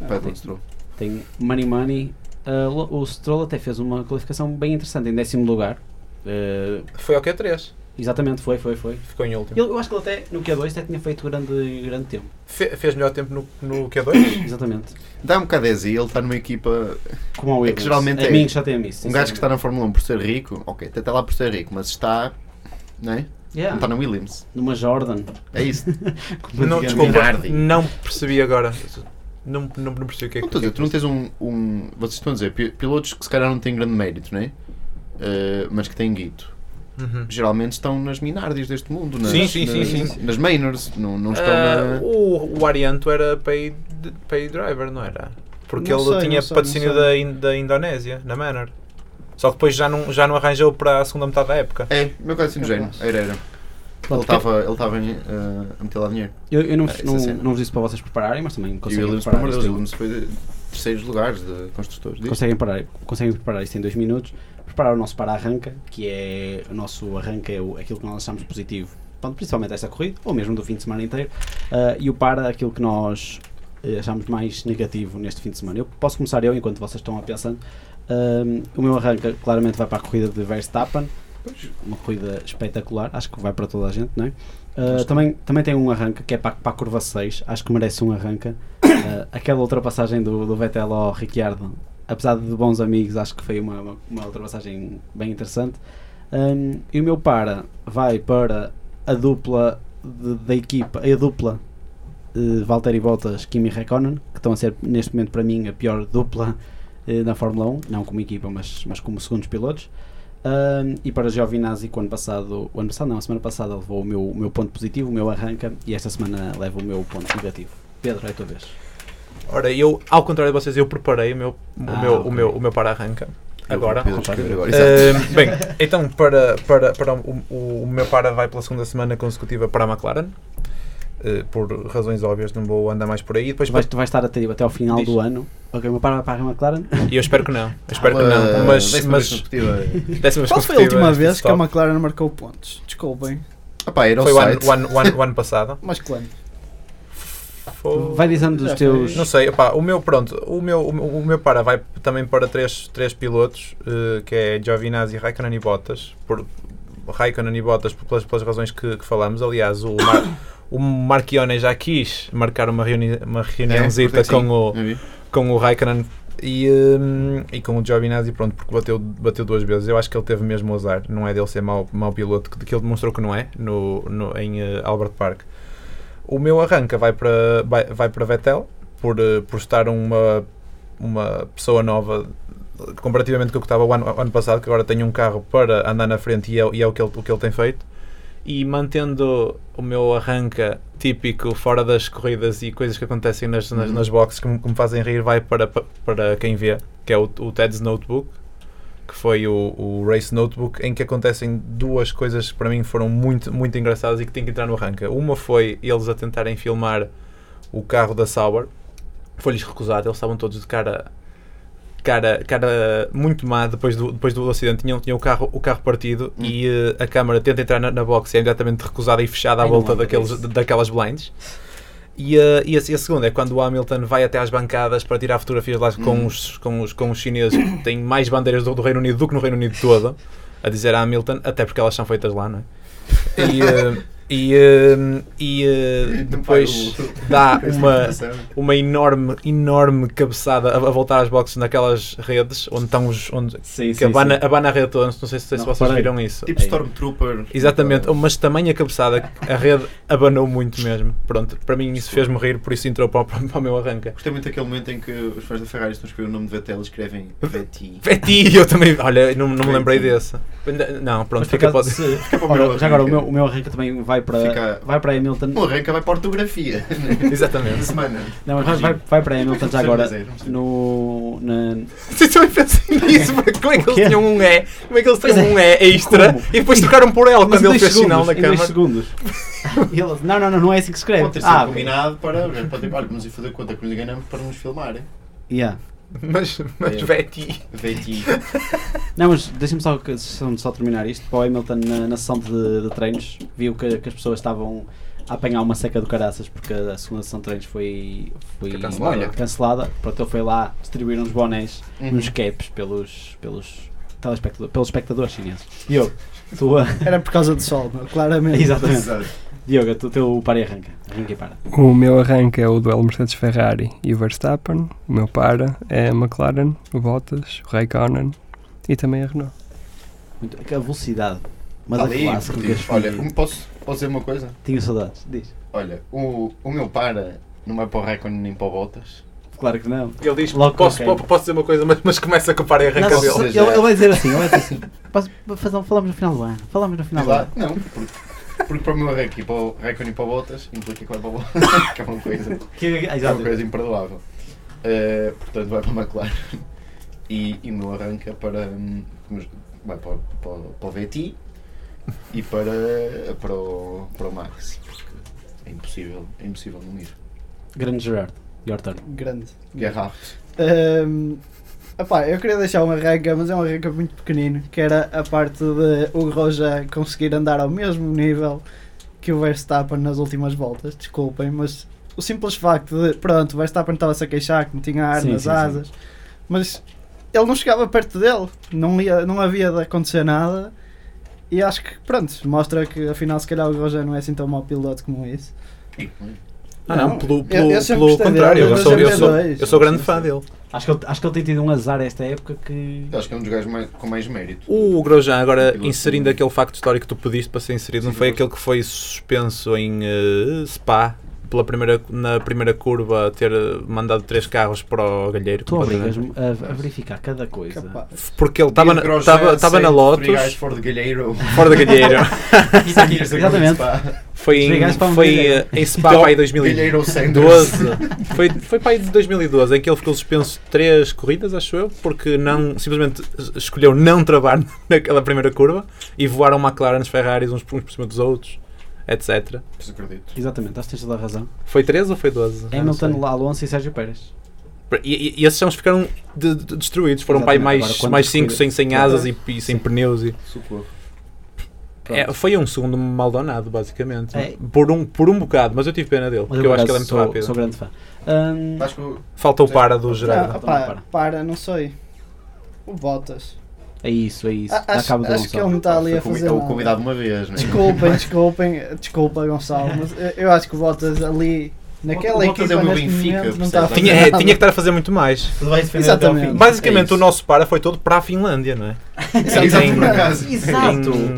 B: O pai dele mostrou.
C: Tem money money. Ah, lo- o Stroll até fez uma qualificação bem interessante, em décimo lugar. Ah,
A: Foi ao Q3.
C: exatamente, foi, foi, foi.
A: Ficou em último.
C: Ele- eu acho que ele até no Q2 até tinha feito grande, grande tempo.
A: Fe- fez melhor tempo no, no Q2?
C: Exatamente.
B: Dá um bocado de e ele está numa equipa.
C: Como ao
B: É que
C: Williams.
B: geralmente
C: a
B: é
C: mim já tem isso.
B: Um gajo que está na Fórmula 1 por ser rico, ok, até está lá por ser rico, mas está. Não é?
C: Yeah,
B: Está na Williams.
C: Numa Jordan.
B: É isso.
C: Como
A: não,
C: digamos.
A: desculpa.
B: Minardi.
A: Não percebi agora. Não, não, não percebi o que é
B: Não
A: que.
B: estou a dizer, tu não tens um, um- Vocês estão a dizer, pi- pilotos que se calhar não têm grande mérito, não é? Eh, mas que têm guito.
A: Uhum.
B: Geralmente estão nas Minardis deste mundo, nas,
A: Sim, sim, sim,
B: nas,
A: sim.
B: nas Mainers, não, não
D: Então,
B: estão
A: Ah,
B: na.
A: o, o Arianto era pay, de- pay driver, não era? Porque
D: Não
A: ele
D: sei,
A: tinha
D: não sei,
A: patrocínio
D: não sei.
A: da, In- da Indonésia, na Manor. Só que depois já não, já não arranjou para a segunda metade da época.
B: É, meu caso assim do género, era, era. Ele
C: Pronto,
B: estava ele estava em, eh, a meter lá dinheiro.
C: Eu, eu não,
B: Ah, essa
C: não,
B: cena.
C: não vos disse para vocês prepararem, mas também
B: E o
C: conseguem
B: Williams, pelo amor
C: preparar.
B: de Deus,
C: isto
B: o
C: em-
B: Williams foi de terceiros lugares de construtores. diz?
C: Conseguem preparar, conseguem preparar isto em 2 minutos. Preparar o nosso para-arranca, que é o nosso arranca, é o- aquilo que nós achamos positivo, pronto, principalmente esta corrida, ou mesmo do fim de semana inteiro. ah, e o para, aquilo que nós eh, achamos mais negativo neste fim de semana. Eu posso começar eu, enquanto vocês estão a pensando. Ahm, o meu arranca claramente vai para a corrida de Verstappen, uma corrida espetacular, acho que vai para toda a gente, não é? Ah, também, também tem um arranca que é para, para a curva 6, acho que merece um arranca. Ah, aquela ultrapassagem do, do Vettel ao Ricciardo, apesar de bons amigos, acho que foi uma, uma, uma ultrapassagem bem interessante. Ahm, e o meu para vai para a dupla de- da equipa, a dupla eh, Valtteri Bottas, Kimi Räikkönen, que estão a ser neste momento para mim a pior dupla eh, na Fórmula 1, não como equipa, mas, mas como segundos pilotos. Ahm, e para Giovinazzi, que o ano passado, o ano passado não, a semana passada levou o meu, o meu ponto positivo, o meu arranca, e esta semana leva o meu ponto negativo. Pedro, é a tua vez.
A: Ora, eu, ao contrário de vocês, eu preparei o meu,
C: Ah,
A: o meu,
C: ok.
A: o meu, o meu para-arranca.
B: Eu vou
A: Agora.
B: pedir descrever agora, exato.
A: Ah, bem, então para, para, para o, o- o meu para vai pela segunda semana consecutiva para a McLaren. Eh, por razões óbvias, não vou andar mais por aí. Depois
C: Tu vais, tu vais estar até, até ao final
A: Diz.
C: do ano. Ok, o meu para vai para a McLaren.
A: E eu espero que não. Eu espero que
B: Uma-
D: Ah,
A: não. Mas,
B: décima vez
A: mas
B: consecutiva.
A: décimas
D: Qual foi a última
A: consecutivas,
D: vez que a
A: stop.
D: McLaren marcou pontos? Desculpem,
B: Opá, era o
A: Foi o ano,
B: site.
A: o ano- o ano- o ano passado.
D: mas quando?
A: Oh. Foi-
C: Vai dizendo
D: Já
C: dos
D: foi.
C: teus.
A: Não sei, opá, o meu, pronto, o meu, o meu- o meu para vai também para três, três pilotos, eh, que é Giovinazzi, Raikkonen e Bottas, por Raikkonen e Bottas por- pelas, pelas razões que, que falamos, aliás, o, Mar, o Marchione já quis marcar uma, reuni, uma reuniãozita
B: porque sim.
A: com o,
B: Eu vi.
A: com o Raikkonen e, hum, e com o Giovinazzi, pronto, porque bateu, bateu duas vezes. Eu acho que ele teve mesmo azar, não é dele ser mau, mau piloto, que, que ele demonstrou que não é no, no- em eh, Albert Park. O meu arranca vai para, vai, vai para Vettel, por, eh, por estar uma, uma pessoa nova comparativamente com o que estava o ano, o ano passado, que agora tem um carro para andar na frente e é, e é o, que ele, o que ele tem feito. E mantendo o meu arranca típico fora das corridas e coisas que acontecem nas, nas,
B: Uhum.
A: nas boxes que me, que me fazem rir, vai para, pa- para quem vê, que é o, o Ted's Notebook, que foi o, o Race Notebook, em que acontecem duas coisas que para mim foram muito, muito engraçadas e que têm que entrar no arranca. Uma foi eles a tentarem filmar o carro da Sauber, foi-lhes recusado, eles estavam todos de cara cara, cara muito má depois do, depois do acidente. Tinham, tinham o, carro, o carro partido
C: Hum.
A: e eh, a câmara tenta entrar na, na box e é imediatamente recusada e fechada à
C: Ai, não
A: volta
C: lembro
A: daqueles,
C: disso.
A: daquelas blinds. E, eh, e, a, e a segunda é quando o Hamilton vai até às bancadas para tirar fotografias lá
C: Hum.
A: com, os, com, os, com os chineses que têm mais bandeiras do, do Reino Unido do que no Reino Unido todo, a dizer a Hamilton, até porque elas são feitas lá, não é? E, eh, E, eh, e eh, depois dá uma, uma enorme, enorme cabeçada a, a voltar às boxes naquelas redes onde estão os. Onde,
C: Sim,
A: que
C: sim,
A: abana,
C: sim.
A: abana a rede toda, não sei, se- se
C: Não,
A: vocês
C: reparei.
A: viram isso.
B: Tipo Stormtrooper.
A: é. Exatamente, mas também a cabeçada, que a rede abanou muito mesmo. Pronto, para mim isso fez-me rir, por isso entrou para o, para o meu arranca.
B: Gostei muito daquele momento em que os fãs da Ferrari estão a escrever o nome de Vettel e escrevem Vetti.
A: Betty, eu também. Olha, não, não me lembrei desse. Ainda- Não, pronto,
C: Mas por
A: fica para.
C: acaso, se-
B: para o
C: Ora,
B: meu
C: já agora, o meu,
B: arranca.
C: o meu arranca também vai para,
B: Fica-
C: vai para Hamilton.
B: O arranca "Um vai para a ortografia.
A: Exatamente.
B: Da semana.
C: Não, mas vai, vai, vai para Hamilton já agora. No, na,
A: Vocês também pensem nisso, mas como é que
C: O quê?
A: eles tinham um E? Como é que eles
C: Pois
A: tinham um E extra
C: Como?
A: e depois trocaram por L
C: Mas
A: quando
C: em
A: ele
C: dois
A: fez sinal na
C: segundos, em dois
A: câmara?
C: segundos. E ele, não, não, não, não é assim que se escreve.
B: Pode ter sido
C: Ah,
B: combinado para. para ter- Olha, vamos ir fazer conta que nos enganamos para nos filmarem.
C: yeah.
A: Mas, mas
B: É.
A: Betty.
B: Vetti.
C: Não, mas deixa-me só, deixa-me só terminar isto. Para o Hamilton, na, na sessão de, de treinos, viu que, que as pessoas estavam a apanhar uma seca do caraças porque a segunda sessão de treinos foi, foi
A: Foi cancelada.
C: olha, cancelada. Pronto, ele foi lá distribuir uns bonés,
B: Uhum.
C: uns caps pelos, pelos, telespectador, pelos espectadores chineses. Diogo, tua.
D: Era por causa do sol, não? claramente.
C: Exatamente.
B: Exato.
C: Diogo, tu teu para e arranca. Arranca e para.
E: O meu arranque é o duelo Mercedes-Ferrari e o Verstappen. O meu para é a McLaren, o Bottas, o Raikkonen e também a Renault.
C: Muito, a velocidade. Mas
B: Tá
C: é
B: Ali,
C: a classe com que
B: portanto,
C: as
B: Olha, um- posso, posso dizer uma coisa?
C: Tinha saudades. Diz.
B: Olha, o, o meu para não vai para o Recon nem para o Bottas.
C: Claro que não.
A: Ele diz:
C: Logo
A: posso,
C: com quem?
A: po- posso dizer uma coisa, mas, mas começa a comparar e arranca
C: Não,
B: Cabelo.
A: dele.
C: ele, ele vai dizer assim, ele vai dizer assim. Posso- faz- falamos no final do ano. Falamos no final
B: Diz
C: do
B: lá,
C: ano.
B: não, porque, porque para o meu Recon e para o Recon e para o Bottas implica que vai para o Bottas, que é uma coisa,
C: Que- ah,
B: que é
C: exato.
B: uma coisa imperdoável. Eh, portanto, vai para a McLaren e, e o meu arranca para. hum, vamos- vai para, o- para, o- para o VT e para, para, o, para o Max, porque é impossível, é impossível não ir.
C: Grande Gerardo. Your turn.
D: Grande.
B: Garrafa.
D: Ahm, opá, eu queria deixar uma arranca, mas é um arranca muito pequenino, que era a parte de o Roja conseguir andar ao mesmo nível que o Verstappen nas últimas voltas, desculpem, mas o simples facto de, pronto, o Verstappen estava-se a queixar que não tinha ar
C: Sim,
D: nas
C: sim, sim.
D: asas, mas ele não chegava perto dele, não, ia, não havia de acontecer nada, e acho que, pronto, mostra que afinal se calhar o Roja não é assim tão mau piloto como isso.
A: Ah, não, pelo,
D: Eu-
A: pelo,
D: eu sempre
A: pelo
D: gostei dele,
A: contrário, eu
D: mas
A: sou,
D: eu
A: eu, sou,
D: adorei.
A: eu sou grande
B: Sim,
A: fã
B: sim.
A: dele.
C: Acho que, ele, acho que ele tem tido um azar esta época que.
B: Acho que é um dos gajos mais- com mais mérito.
A: O Grosjean, agora
B: Piloto.
A: inserindo aquele facto histórico que tu pediste para ser inserido, não
B: Sim,
A: foi
B: piloto.
A: aquele que foi suspenso em eh, Spa, pela primeira, na primeira curva, ter eh, mandado três carros para o Galheiro?
C: Tu obrigas-me a, a verificar cada coisa.
D: Capaz.
A: Porque ele estava na, estava- estava na Lotus,
B: Fora de Galheiro.
A: fora da Galheiro.
C: Isso aqui, exatamente.
A: Foi
C: Três
A: em,
C: gajos para um
A: foi,
C: morrer.
A: eh, em Spa para aí 2012.
B: Galheiro Sanders.
A: Foi, foi para aí de 2012 em que ele ficou suspenso três corridas, acho eu, porque não, simplesmente es- escolheu não travar naquela primeira curva e voaram McLarens, Ferraris uns por uns por cima dos outros, etc.
B: Pois acredito.
C: Exatamente, acho que tens toda a razão.
A: Foi 13 ou foi 12? Já não
C: Hamilton,
A: sei.
C: Alonso e Sérgio Pérez.
A: E, e- e esses são os que ficaram de- de- destruídos. Foram para aí
C: Exatamente.
A: mais
C: Agora,
A: 5 mais
C: quantas
A: cinco sem, sem asas e, e sem pneus. E,
B: Socorro.
A: é, foi um segundo maldonado, basicamente.
C: É.
A: Por, um, por um bocado, mas eu tive pena dele, porque eu
C: por
A: acho
C: acaso
A: que ele é muito
C: sou,
A: rápido.
C: sou grande fã. Hum,
B: Acho que o-
A: Falta o para do Gerardo.
D: Ah,
C: Então não
D: opá,
C: para.
D: para, não sei. O Bottas.
C: é isso, é isso.
D: A- Acho,
C: Acaba de
D: acho que um ele não está ali
B: foi
D: a
B: convi-
D: fazer.
B: é o
D: nada.
B: convidado uma vez, né?
D: Desculpem, desculpem, desculpa, Gonçalo, mas eu- eu acho que o Bottas ali,
B: O
D: naquela
B: Bottas
D: equipa,
B: é o meu
D: neste
B: Benfica,
D: momento, não
B: percebes?
D: está a fazer
A: Tinha, é,
D: nada.
A: tinha que estar a fazer muito mais.
C: Tu vais defender
D: Exatamente.
C: até ao fim.
A: Basicamente,
B: É isso.
A: o nosso para foi todo para a Finlândia, não é?
B: Exato,
A: Exato.
B: por acaso.
A: Em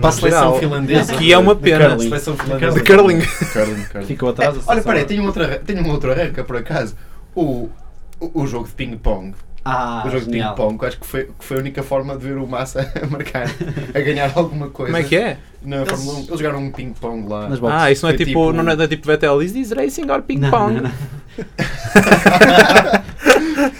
B: Para a seleção
A: geral,
B: finlandesa.
A: Que é uma pena.
C: curling.
B: Seleção finlandesa.
A: De curling.
B: Curling, curling.
C: Ficou
B: É,
C: atrás. a
B: olha,
C: seleção.
B: peraí, tenho, outra, tenho uma outra arranca, por acaso. O, o, o jogo de ping-pong.
C: Ah,
B: o jogo
C: genial.
B: de ping-pong, que acho que foi, que foi a única forma de ver o Massa a marcar, a ganhar alguma coisa.
A: Como é que é?
B: Na Fórmula 1, eles jogaram um ping-pong lá.
C: Nas boxes.
A: Ah, isso não é
B: Foi
A: tipo,
B: tipo-
A: não é da tipo Vettel. Is this racing or ping
C: Não,
A: pong?
C: não, não.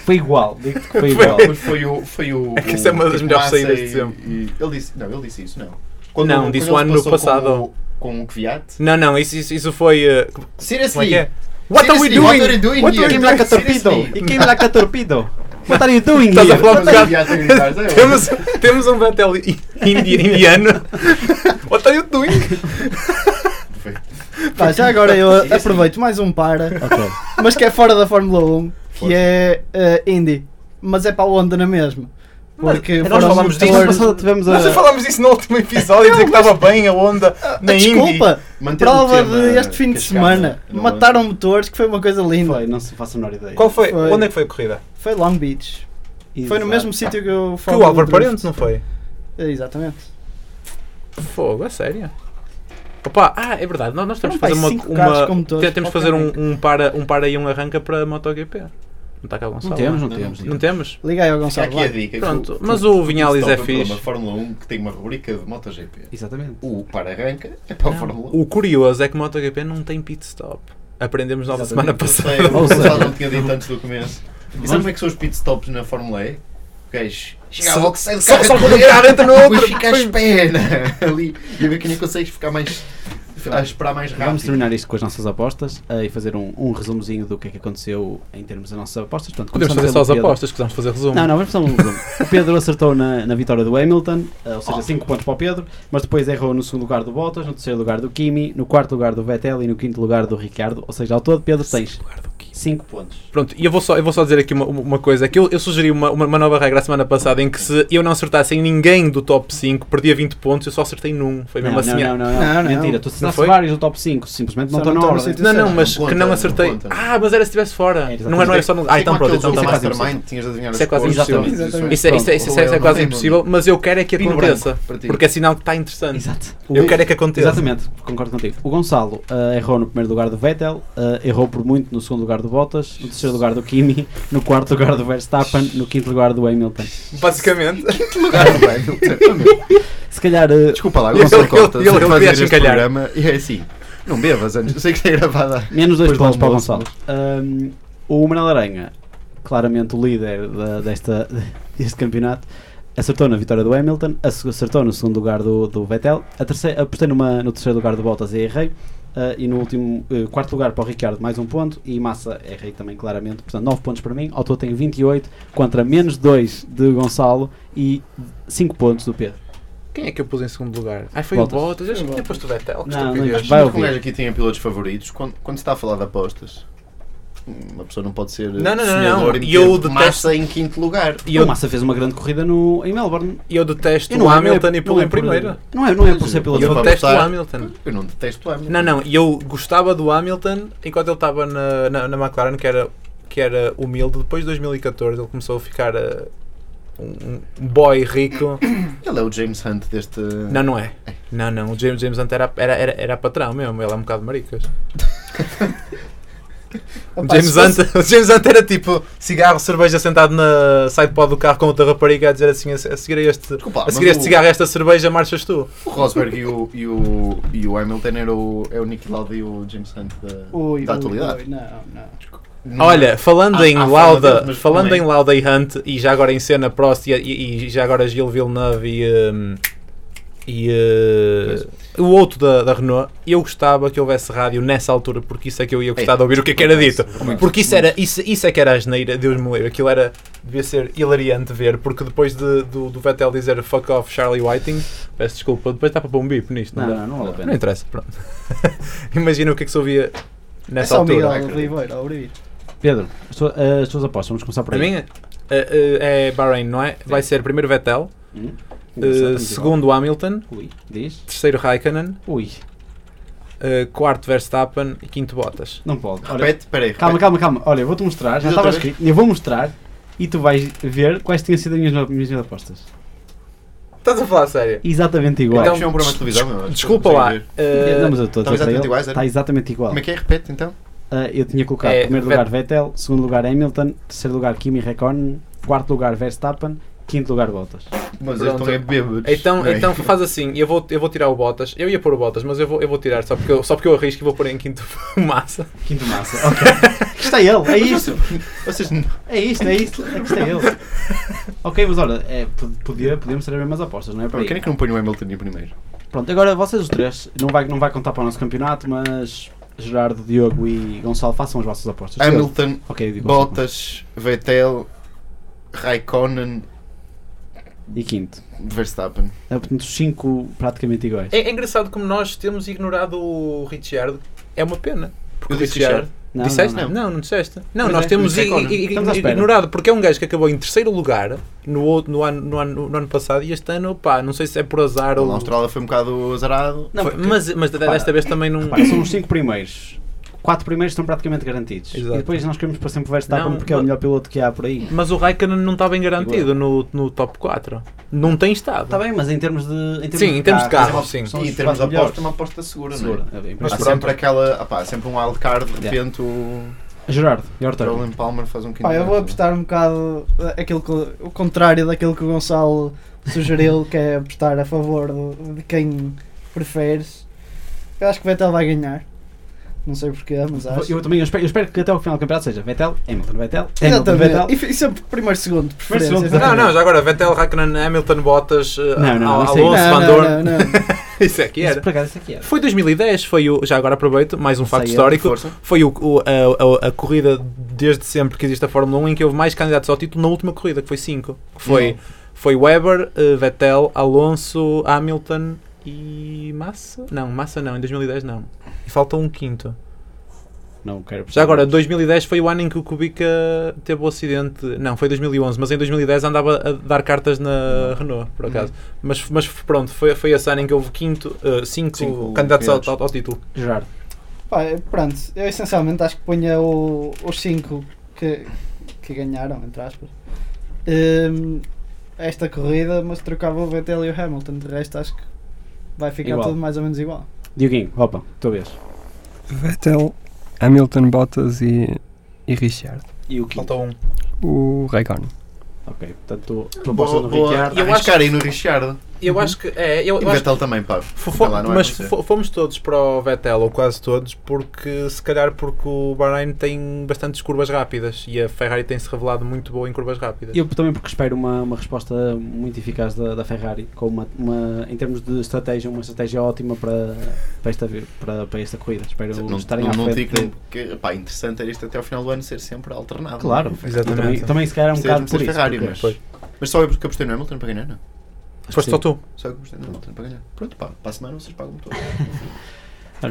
C: foi igual, digo-te que foi
A: Foi.
C: igual.
B: Mas foi o. Foi o
A: É que isso é uma das
B: o
A: melhores
B: Massa
A: saídas de
B: e-
A: sempre.
B: e- ele disse, não, ele disse isso, não.
A: Não,
B: quando
A: disse
B: ele
A: o ano
B: passou
A: passado.
B: Com o, com o Kvyat.
A: Não, não, isso, isso, isso foi. eh, como é
B: Seriously!
A: que é? What are we
B: Seriously, What are you
A: doing?
B: doing?
A: What
B: here?
A: are you
C: like a torpedo.
B: Seriously.
C: He came like a torpedo. What are you doing
A: Estás a
C: here?
A: falar
B: What are
A: português?
B: you doing? Estás a ver?
A: Temos, temos um Vettel i- indi- indiano. What are you doing?
D: Pá, já agora eu aproveito mais um para,
C: Ok.
D: um, mas que é fora da Fórmula 1, que é eh, Indy, mas é para a Honda na mesma. Porque
A: nós
D: foram
A: falámos disso,
D: motores-
G: Passada tivemos
C: eh,
A: Nós já
G: a.
A: falámos disso no último episódio, dizer que estava bem a onda na é Indy.
D: Ah, Desculpa,
B: Mantendo o
D: prova
B: tema
D: de este fim de
B: que é? chegámos
D: semana.
B: no-
D: Mataram motores, que foi uma coisa linda.
G: Foi, não se faça a menor ideia.
A: Qual foi?
D: Foi.
A: Onde é que foi a corrida?
D: Foi Long Beach. Foi no
G: Exato.
D: mesmo sítio que eu
A: Foi o Álvaro Parente, não foi?
D: Exatamente.
A: Fogo, é sério? Opa, ah, é verdade, nós, nós temos que
D: Foram,
A: fazer
D: pá,
A: uma.
D: cinco carros com
A: uma
D: motores,
A: temos que
D: qualquer
A: fazer um,
D: merda.
A: um para, um para e um arranca para MotoGP. Não está cá Gonçalo?
C: Não temos, não
B: Não,
C: temos.
A: Não temos?
D: Liga aí ao
B: Fica
D: Gonçalo.
B: aqui é a
D: vai.
B: dica.
A: Pronto, mas o Vinhales é
B: Uma
A: fixe.
B: Fórmula 1 que tem uma rubrica de MotoGP.
C: Exatamente.
B: O para arranca é para a
A: Não.
B: Fórmula 1.
A: O curioso é que MotoGP não tem pit stop. Aprendemos na semana
B: Eu sei,
A: passada.
B: o
C: Ou seja-
B: Gonçalo não tinha dito antes do começo. E sabe como é que são os pitstops na Fórmula E? O gajo chega
A: Só-
B: logo, sai do
A: só-
B: carro,
A: só
B: a
A: quando o
B: correr,
A: carro entra no
B: depois
A: outro.
B: fica à espera ali e a ver quem é que consegue ficar mais. a esperar mais
C: Vamos
B: rápido.
C: terminar isto com as nossas apostas eh, e fazer um, um resumozinho do que é que aconteceu em termos das nossas apostas. Portanto,
A: Podemos
C: começamos
A: fazer só as
C: pelo Pedro.
A: apostas, que vamos fazer resumo.
C: Não, não, vamos fazer um resumo. O Pedro acertou na, na vitória do Hamilton, eh, ou seja,
B: Ótimo.
C: 5 pontos para o Pedro, mas depois errou no segundo lugar do Bottas, no terceiro lugar do Kimi, no quarto lugar do Vettel e no quinto lugar do Ricardo. Ou seja, ao todo, Pedro, tens 5 pontos.
A: Pronto, e eu vou só, eu vou só dizer aqui uma, uma coisa, é que eu, eu sugeri uma, uma, uma nova regra a semana passada em que se eu não acertasse em ninguém do top 5, perdia 20 pontos, eu só acertei num. Foi
C: Não,
A: mesmo
C: não,
A: assim.
C: não, não, não,
D: Não, não.
C: Mentira, tu
A: Não
C: acertaste
A: foi?
C: vários do top 5, simplesmente não
D: Só
C: estão
D: não
C: na
D: estão no
C: ordem.
D: sítio
A: Não, não,
D: Não
A: mas
B: conta,
A: que não
B: não
A: acertei.
B: conta.
A: ah, mas era se estivesse fora.
C: É,
A: não, é- não era só no. Ah, então pronto, então
B: está
A: está
C: aquele
A: mais.
C: jogo
B: Mastermind, tinhas de adivinhar
A: Isso é
B: as
A: quase
B: cores,
C: impossível.
B: isso é-
D: Exatamente.
A: Isso é, isso é, isso é- isso é,
B: Ou
A: quase
B: não,
A: impossível, mas eu quero é que
B: Pino
A: aconteça.
B: branco, para ti.
A: Porque é sinal que está interessante.
C: Exato.
A: Eu quero é que aconteça.
C: Exatamente, concordo contigo. O Gonçalo eh, errou no primeiro lugar do Vettel, eh, errou por muito no segundo lugar do Bottas, no terceiro lugar do Kimi, no quarto lugar do Verstappen, no quinto lugar do Hamilton.
A: Basicamente.
C: Se calhar, eh,
B: Desculpa lá,
A: Ele-
B: Gonçalo
A: ele-
B: Costa,
A: ele-
B: sei
A: ele
B: fazer
A: queria
B: este
A: chincalhar.
B: programa e é assim, não bebas antes, eu sei que é está gravada.
C: menos dois
B: Depois
C: pontos
B: do
C: para o
B: almoço,
C: Gonçalo. Ahm, o Manuel Aranha, claramente o líder da- desta, deste campeonato, acertou na vitória do Hamilton, ace- acertou no segundo lugar do, do Vettel, a terceira, apostei numa, no terceiro lugar do Bottas e errei. ah, e no último, eh, quarto lugar para o Ricardo, mais um ponto. E Massa, errei também claramente. Portanto, 9 pontos para mim. Ao todo tenho 28 contra menos 2 de Gonçalo e 5 pontos do Pedro.
A: Quem é que eu pus em segundo lugar? Ah, foi
C: Bottas.
A: o Bottas. Eu acho que tinha posto o Vettel. que
C: Não,
A: estupidez.
C: não,
B: Mas
C: Vai
B: como o
C: ouvir.
B: gajo aqui tem pilotos favoritos, quando, quando se está a falar de apostas, uma pessoa não pode ser
A: Não, não, não,
B: sonhador
A: não.
B: e
A: E eu
B: meter
A: detesto-
B: massa em quinto lugar.
A: E
C: o
A: eu,
C: Massa fez uma grande corrida no, em Melbourne.
A: e eu detesto
C: E
A: o
C: é-
A: Hamilton
C: não
A: e pulo
C: é
A: em
C: por-
A: primeiro.
C: Não é, não é por ser piloto
A: Eu
B: vou
A: detesto o
B: apostar-
A: Hamilton.
B: Eu não detesto o Hamilton.
A: Não, não, e eu gostava do Hamilton enquanto ele estava na, na, na McLaren, que era, que era humilde. Depois de 2014 ele começou a ficar eh, um, um boy rico.
B: Ele é o James Hunt deste...
A: Não, não é. Não, não, o James, James Hunt era, era, era, era patrão mesmo, ele é um bocado maricas. O
D: Opa, se
A: James,
D: fosse-
A: Hunt, o James Hunt era tipo cigarro, cerveja sentado na sidepod do carro com outra rapariga a dizer assim: a, a seguir a este,
B: Desculpa, lá,
A: a
B: mas
A: seguir a este
B: o-
A: cigarro, esta cerveja, marchas tu.
B: o Rosberg e o, e o, e o Hamilton era o, é o Nicky Lauda e o James Hunt da,
D: Ui,
B: da
D: ui,
B: atualidade.
D: ui, não, não.
B: Não- é?
A: Olha, falando
B: Há-
A: em
B: há forma
A: Lauda,
B: deles, mas
A: falando
B: também.
A: em Lauda e Hunt e já agora em cena Prost e, e- e já agora Gil Villeneuve e, hum, e uh, o outro da, da Renault, eu gostava que houvesse rádio nessa altura porque isso é que eu ia gostar de ouvir o que é que era dito. Porque isso era isso, isso é que era a asneira, Deus me livre, aquilo era devia ser hilariante ver, porque depois de- do, do Vettel dizer fuck off Charlie Whiting, peço desculpa, depois dá para pôr um bip nisto, não,
C: Não,
A: dá?
C: não, não vale a
A: Não
C: pena.
A: interessa, pronto. Imagina o que é que se ouvia
D: É
A: nessa
D: só o
A: altura.
D: Miguel
B: acredito.
D: Oliveira, ao Oliveira.
C: Pedro, as tuas, as tuas apostas, vamos começar por
A: Para
C: aí.
A: mim, eh, eh, é Bahrein, não é? Vai ser primeiro Vettel,
C: Hum?
A: eh,
C: Engraçado, muito
A: segundo Hamilton,
C: igual. Ui, diz.
A: terceiro Raikkonen,
C: Ui,
A: eh, quarto Verstappen e quinto Bottas.
C: não pode. Olha,
B: Repete, peraí,
C: calma,
B: repete.
C: calma, calma. Olha, eu vou-te mostrar.
B: Diz
C: Já estava
B: outra
C: escrito. Eu vou mostrar e tu vais ver quais tinham sido as minhas, as minhas apostas.
A: Estás a falar sério?
C: Exatamente igual.
A: Então,
B: Isto é um programa de televisão, meu, acho que
A: Desculpa
B: não
A: lá.
B: consigo ver.
A: eh,
C: não, mas eu estou
B: estão
C: a dizer para
B: exatamente
C: ele,
B: iguais, era?
C: Está exatamente igual.
B: Como é que é? Repete então.
C: Ah, eu tinha colocado
A: É,
C: primeiro
A: Vet-
C: lugar Vettel, segundo lugar Hamilton, terceiro lugar Kimi Räikkönen, quarto lugar Verstappen, quinto lugar Bottas.
B: Mas eles estão é bêbados.
A: então,
B: não é?
A: então faz assim, eu vou, eu vou tirar o Bottas, eu ia pôr o Bottas, mas eu vou, eu vou tirar só porque eu, só porque eu arrisco e vou pôr em quinto massa.
C: Quinto massa. Ok. Aqui está ele. É isto.
B: Vocês não-
C: É isto, é isto. Aqui está ele. Ok, mas olha, é, pod- podia, podíamos saber mais apostas, não é? Por aí.
B: Quem é que não põe o Hamilton em primeiro?
C: Pronto, agora vocês os três, não vai, não vai contar para o nosso campeonato, mas Gerardo, Diogo e Gonçalo façam as vossas apostas.
B: Hamilton,
C: Ok, digo
B: Bottas, Vettel, Raikkonen,
C: E quinto.
B: Verstappen.
C: É, portanto, os cinco praticamente iguais.
A: É, é engraçado como nós temos ignorado o Ricciardo, é uma pena. Porque
B: Eu
A: o
B: disse
A: Ricciardo,
C: Não,
A: disseste?
C: não, não.
A: não, é? disseste. Não,
B: Pois
A: nós
B: é,
A: temos
B: não sei
A: i-
B: qual,
A: i- i-
C: Estamos à espera.
A: ignorado, porque é um gajo que acabou em terceiro lugar no, outro- no, ano, no, ano, no ano passado e este ano, pá, não sei se é por azar
B: Ou...
A: ou.
B: A Austrália foi um bocado azarado.
A: Foi- mas, mas desta vez também não.
C: Repara, são os 5 primeiros. 4 primeiros estão praticamente garantidos.
A: Exato.
C: E depois nós queremos para sempre o Verstappen
A: Não,
C: porque é o
A: mas-
C: melhor piloto que há por aí.
A: Mas o Raikkonen não está bem garantido no, no top 4. Não tem estado.
C: Está Tá bem, mas em termos de. Em termos
A: Sim, em termos de
C: carros,
A: carro, sim.
C: são
B: E
C: os
B: em termos de
C: quatro
B: aposta, é uma
C: melhores.
B: aposta segura,
C: Segura.
B: não é?
C: É, em
B: Há
C: princípio.
B: sempre aquela. Ah, pá, há sempre um wildcard, de
C: Yeah.
B: repente o
C: Gerardo, your turn.
B: Jolene Palmer faz um
D: Pá, eu vou
B: quinto.
D: apostar um bocado eh, aquilo que, o contrário daquilo que o Gonçalo sugeriu, que é apostar a favor de, de quem preferes. Eu acho que o Vettel vai ganhar. Não sei porquê, mas acho.
C: Eu também eu espero, eu espero que até o final do campeonato seja Vettel, Hamilton, Vettel, Hamilton, Vettel.
D: Exatamente. E, fi- e sempre primeiro, segundo,
C: Primeiro,
D: de preferência.
C: segundo,
D: exatamente.
A: Não, não, já agora Vettel, Raikkonen, Hamilton, Bottas, eh,
C: Não, não,
A: Al-
C: isso aí-
A: Alonso,
D: Não,
A: Van
D: não,
A: Dorn.
D: não, não.
A: Isso é que
C: Isso
A: era.
C: por acaso isso aqui era.
A: Foi 2010, foi o. Já agora aproveito, mais um
C: Não
A: facto
C: sei,
A: histórico.
B: Força.
A: Foi o, o- a, a- a corrida desde sempre que existe a Fórmula 1 em que houve mais candidatos ao título na última corrida, que foi 5. Foi, foi Weber, eh, Vettel, Alonso, Hamilton e Massa? Não, Massa não, em 2010 não. E falta um quinto.
C: Não quero
A: Já agora, 2010 foi o ano em que o Kubica teve o acidente. Não, foi 2011, mas em 2010 andava a dar cartas na Renault, por acaso. Mas, mas pronto, foi, foi esse ano em que houve quinto, eh, cinco,
B: Cinco
A: candidatos ao,
B: candidatos.
A: ao- ao título.
C: Gerardo.
D: Pá, é, pronto, eu essencialmente acho que punha o- os 5 que, que ganharam, entre aspas, hum, esta corrida, mas trocava o Vettel e o Hamilton. De resto, acho que vai ficar
C: Igual.
D: tudo mais ou menos igual.
C: Dioguinho, opa, tua vez.
E: Vettel, Hamilton, Bottas e, e Richard.
C: E o quinto.
A: Falta um.
E: O Raikkonen.
C: Ok, portanto, tu
B: Boa,
C: apostas no
B: boa.
C: Ricciardo.
A: Eu
B: Eu
A: acho-
B: acho aí no Richard.
A: Eu acho que. É, eu,
B: E
A: eu acho
B: Vettel também, pá.
A: Fo- fo-
B: Sei lá, não é
A: mas
B: por ser.
A: fo- fomos todos para o Vettel, ou quase todos, porque se calhar porque o Bahrein tem bastantes curvas rápidas e a Ferrari tem-se revelado muito boa em curvas rápidas.
C: Eu também porque espero uma, uma resposta muito eficaz da, da Ferrari, com uma, uma- em termos de estratégia, uma estratégia ótima para, para, esta, vi- para, para esta corrida. Espero
B: Não,
C: estarem
B: não,
C: à
B: não
C: frente.
B: digo que, que- pá, interessante era isto até ao final do ano ser sempre alternado.
C: Claro,
A: Exatamente.
C: também, também se calhar é um
B: Isto é
C: bocado
B: mesmo
C: por
B: ser
C: isso.
B: Ferrari,
C: porque-
B: mas, mas só eu porque apostei no Hamilton para ganhar, não?
A: Foste só tu.
B: Só eu que apostei no Hamilton para ganhar. Pronto, pá, para a semana vocês pagam-me todo.
C: Olha,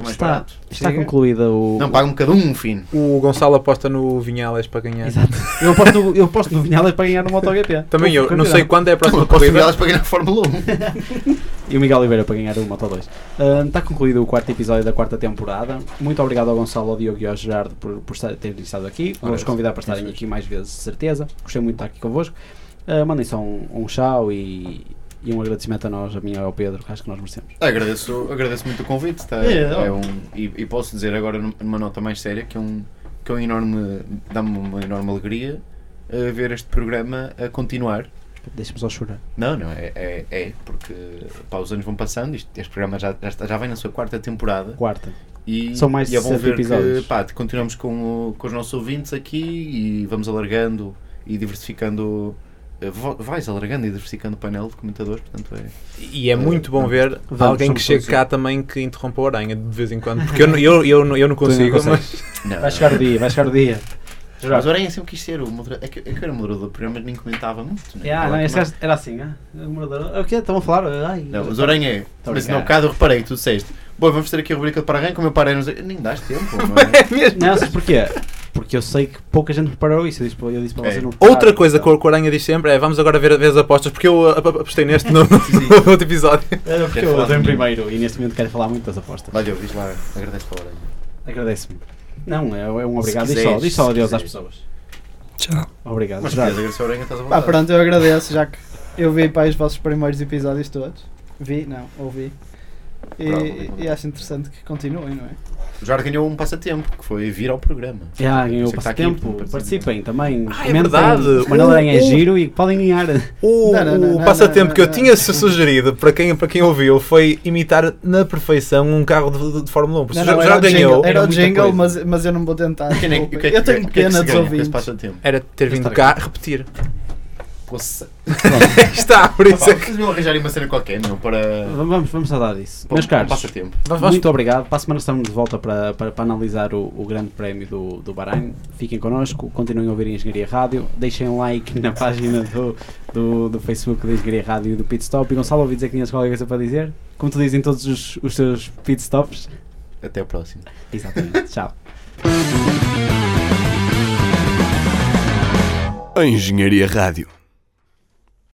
B: mais
C: está,
B: barato.
C: está
E: Chega.
C: concluída o...
B: Não, pagam-me cada um, fino.
A: O Gonçalo aposta no Vinhales para ganhar.
C: Exato. Eu aposto, no- eu aposto no Vinhales para ganhar no MotoGP.
B: Então-
A: Também eu, não sei quando é a próxima
B: Eu posso
A: corrida.
B: enviá-las para ganhar a Fórmula 1.
C: E o Miguel Oliveira para ganhar o Moto 2. Ahm, está concluído o quarto episódio da quarta temporada. Muito obrigado ao Gonçalo, ao Diogo e ao Gerardo por, por estar- terem estado aqui. Vou-vos
B: Ora,
C: convidar para estarem
B: isso.
C: aqui mais vezes, de certeza. Gostei muito de estar aqui convosco. Ah, mandem só um, um tchau e, e um agradecimento a nós, a mim e ao Pedro, que acho que nós merecemos.
B: Agradeço, agradeço muito o convite. Tá,
C: É,
B: é um, e, e posso dizer agora num- numa nota mais séria que é um, que é um enorme. dá-me uma enorme alegria eh, ver este programa a continuar.
C: Deixa-me só chorar.
B: Não, não, é, é, é, porque pá, os anos vão passando, isto- este programa já, já, está- já vem na sua quarta temporada
C: Quarta.
B: e,
C: São mais
B: e é bom
C: 60
B: ver
C: episódios.
B: que pá, continuamos com, o- com os nossos ouvintes aqui e vamos alargando e diversificando. eh, vo- Vais alargando e diversificando o painel de comentadores, portanto é.
A: E é muito bom ver
C: Vamos,
A: alguém que
C: somos
A: chegue
C: todos
A: cá também que interrompa o Aranha de vez em quando. Porque eu, não- eu, eu, não- eu não consigo,
C: consegues.
A: mas
B: Não,
C: Vai chegar o dia, vai chegar o dia.
B: Mas o
C: Gerardo.
B: Aranha sempre quis ser o moderador. É que, é que eu era moderador do programa, mas nem comentava muito. Né?
C: Ah,
B: Falava
C: não, este
B: mais.
C: gajo era assim, ah? O que Estão a falar? Ai,
B: Não, mas o Aranha é.
C: Tô
B: Mas
C: brincando.
B: não, bocado eu reparei, tu disseste. Bom, vamos ter aqui a rubrica para arranque, o meu pai era. Nem dás tempo, não é?
C: Não, sabes porquê? Porque eu sei que pouca gente preparou isso. Eu disse, para- eu disse para
B: É.
C: vocês não
A: outra
C: prepararem,
A: coisa que
C: então.
A: o que o Aranha diz sempre é vamos agora ver as apostas, porque eu ap- ap- apostei neste no,
B: sim.
A: no outro episódio.
C: Era É, porque
B: Quer
C: eu
B: falar
C: estou em
B: de mim?
C: primeiro e neste momento quero falar muito das apostas.
B: Vai, Diogo, diz lá, agradece para o Aranha.
C: Agradece-me. Não, é, é um obrigado.
B: Se
C: Diz só,
B: quiseres,
C: diz só
B: se
C: adeus às
B: quiseres.
C: pessoas.
E: Tchau.
C: Obrigado.
B: Mas
C: Gerardo.
B: queres agradecer ao Aranha, estás a
D: Pá,
B: vontade.
D: pronto, eu agradeço, já que eu vi para os vossos primeiros episódios todos. Vi, não, ouvi.
B: Bravo,
D: E,
B: Nicolau.
D: e acho interessante que continuem, não é?
B: O Jorge ganhou um passatempo, que foi vir ao programa.
C: Já ganhou
B: Você
C: o
B: que está aqui,
C: passatempo.
B: portanto,
C: Participem também.
A: Ah, é
C: Comentem.
A: verdade.
C: O Manuel Aranha é
A: Uh, uh.
C: giro e podem ganhar.
A: O,
D: Não, não,
A: o
D: não, não,
A: passatempo
D: não, não,
A: que eu
D: não.
A: tinha su- sugerido para quem, para quem ouviu foi imitar na perfeição um carro de, de Fórmula 1. Porque
D: Não,
A: já,
D: não,
A: já
D: era o
A: ganhou.
D: jingle, Era o
B: Era muita
D: jingle,
B: coisa.
D: mas, mas eu não vou tentar.
B: Quem é-
D: desculpem.
B: o que é que-
D: eu tenho
B: o que é que
D: pena
B: se ganha
D: dos
B: com esse
D: ouvintes.
B: passatempo?
A: Era ter vindo
C: Está
A: cá repetir.
B: Poça.
A: Está, por
B: Pá,
A: isso é que.
B: Vocês vão arranjar uma cena qualquer, não? Para.
C: V- Vamos, vamos saudar disso.
B: para
C: Meus
B: um
C: caros,
B: passatempo.
A: Vamos- vamos-
C: muito obrigado. Para a semana estamos de volta para, para, para analisar o, o grande prémio do, do Bahrein. Fiquem connosco, continuem a ouvir a Engenharia Rádio. Deixem um like na página do, do, do Facebook da Engenharia Rádio e do Pitstop. E Gonçalo, ouvi dizer que tinhas qualquer coisa para dizer. Como tu dizem todos os, os teus pitstops.
B: Até ao próximo.
C: Exatamente. Tchau.
H: A Engenharia Rádio.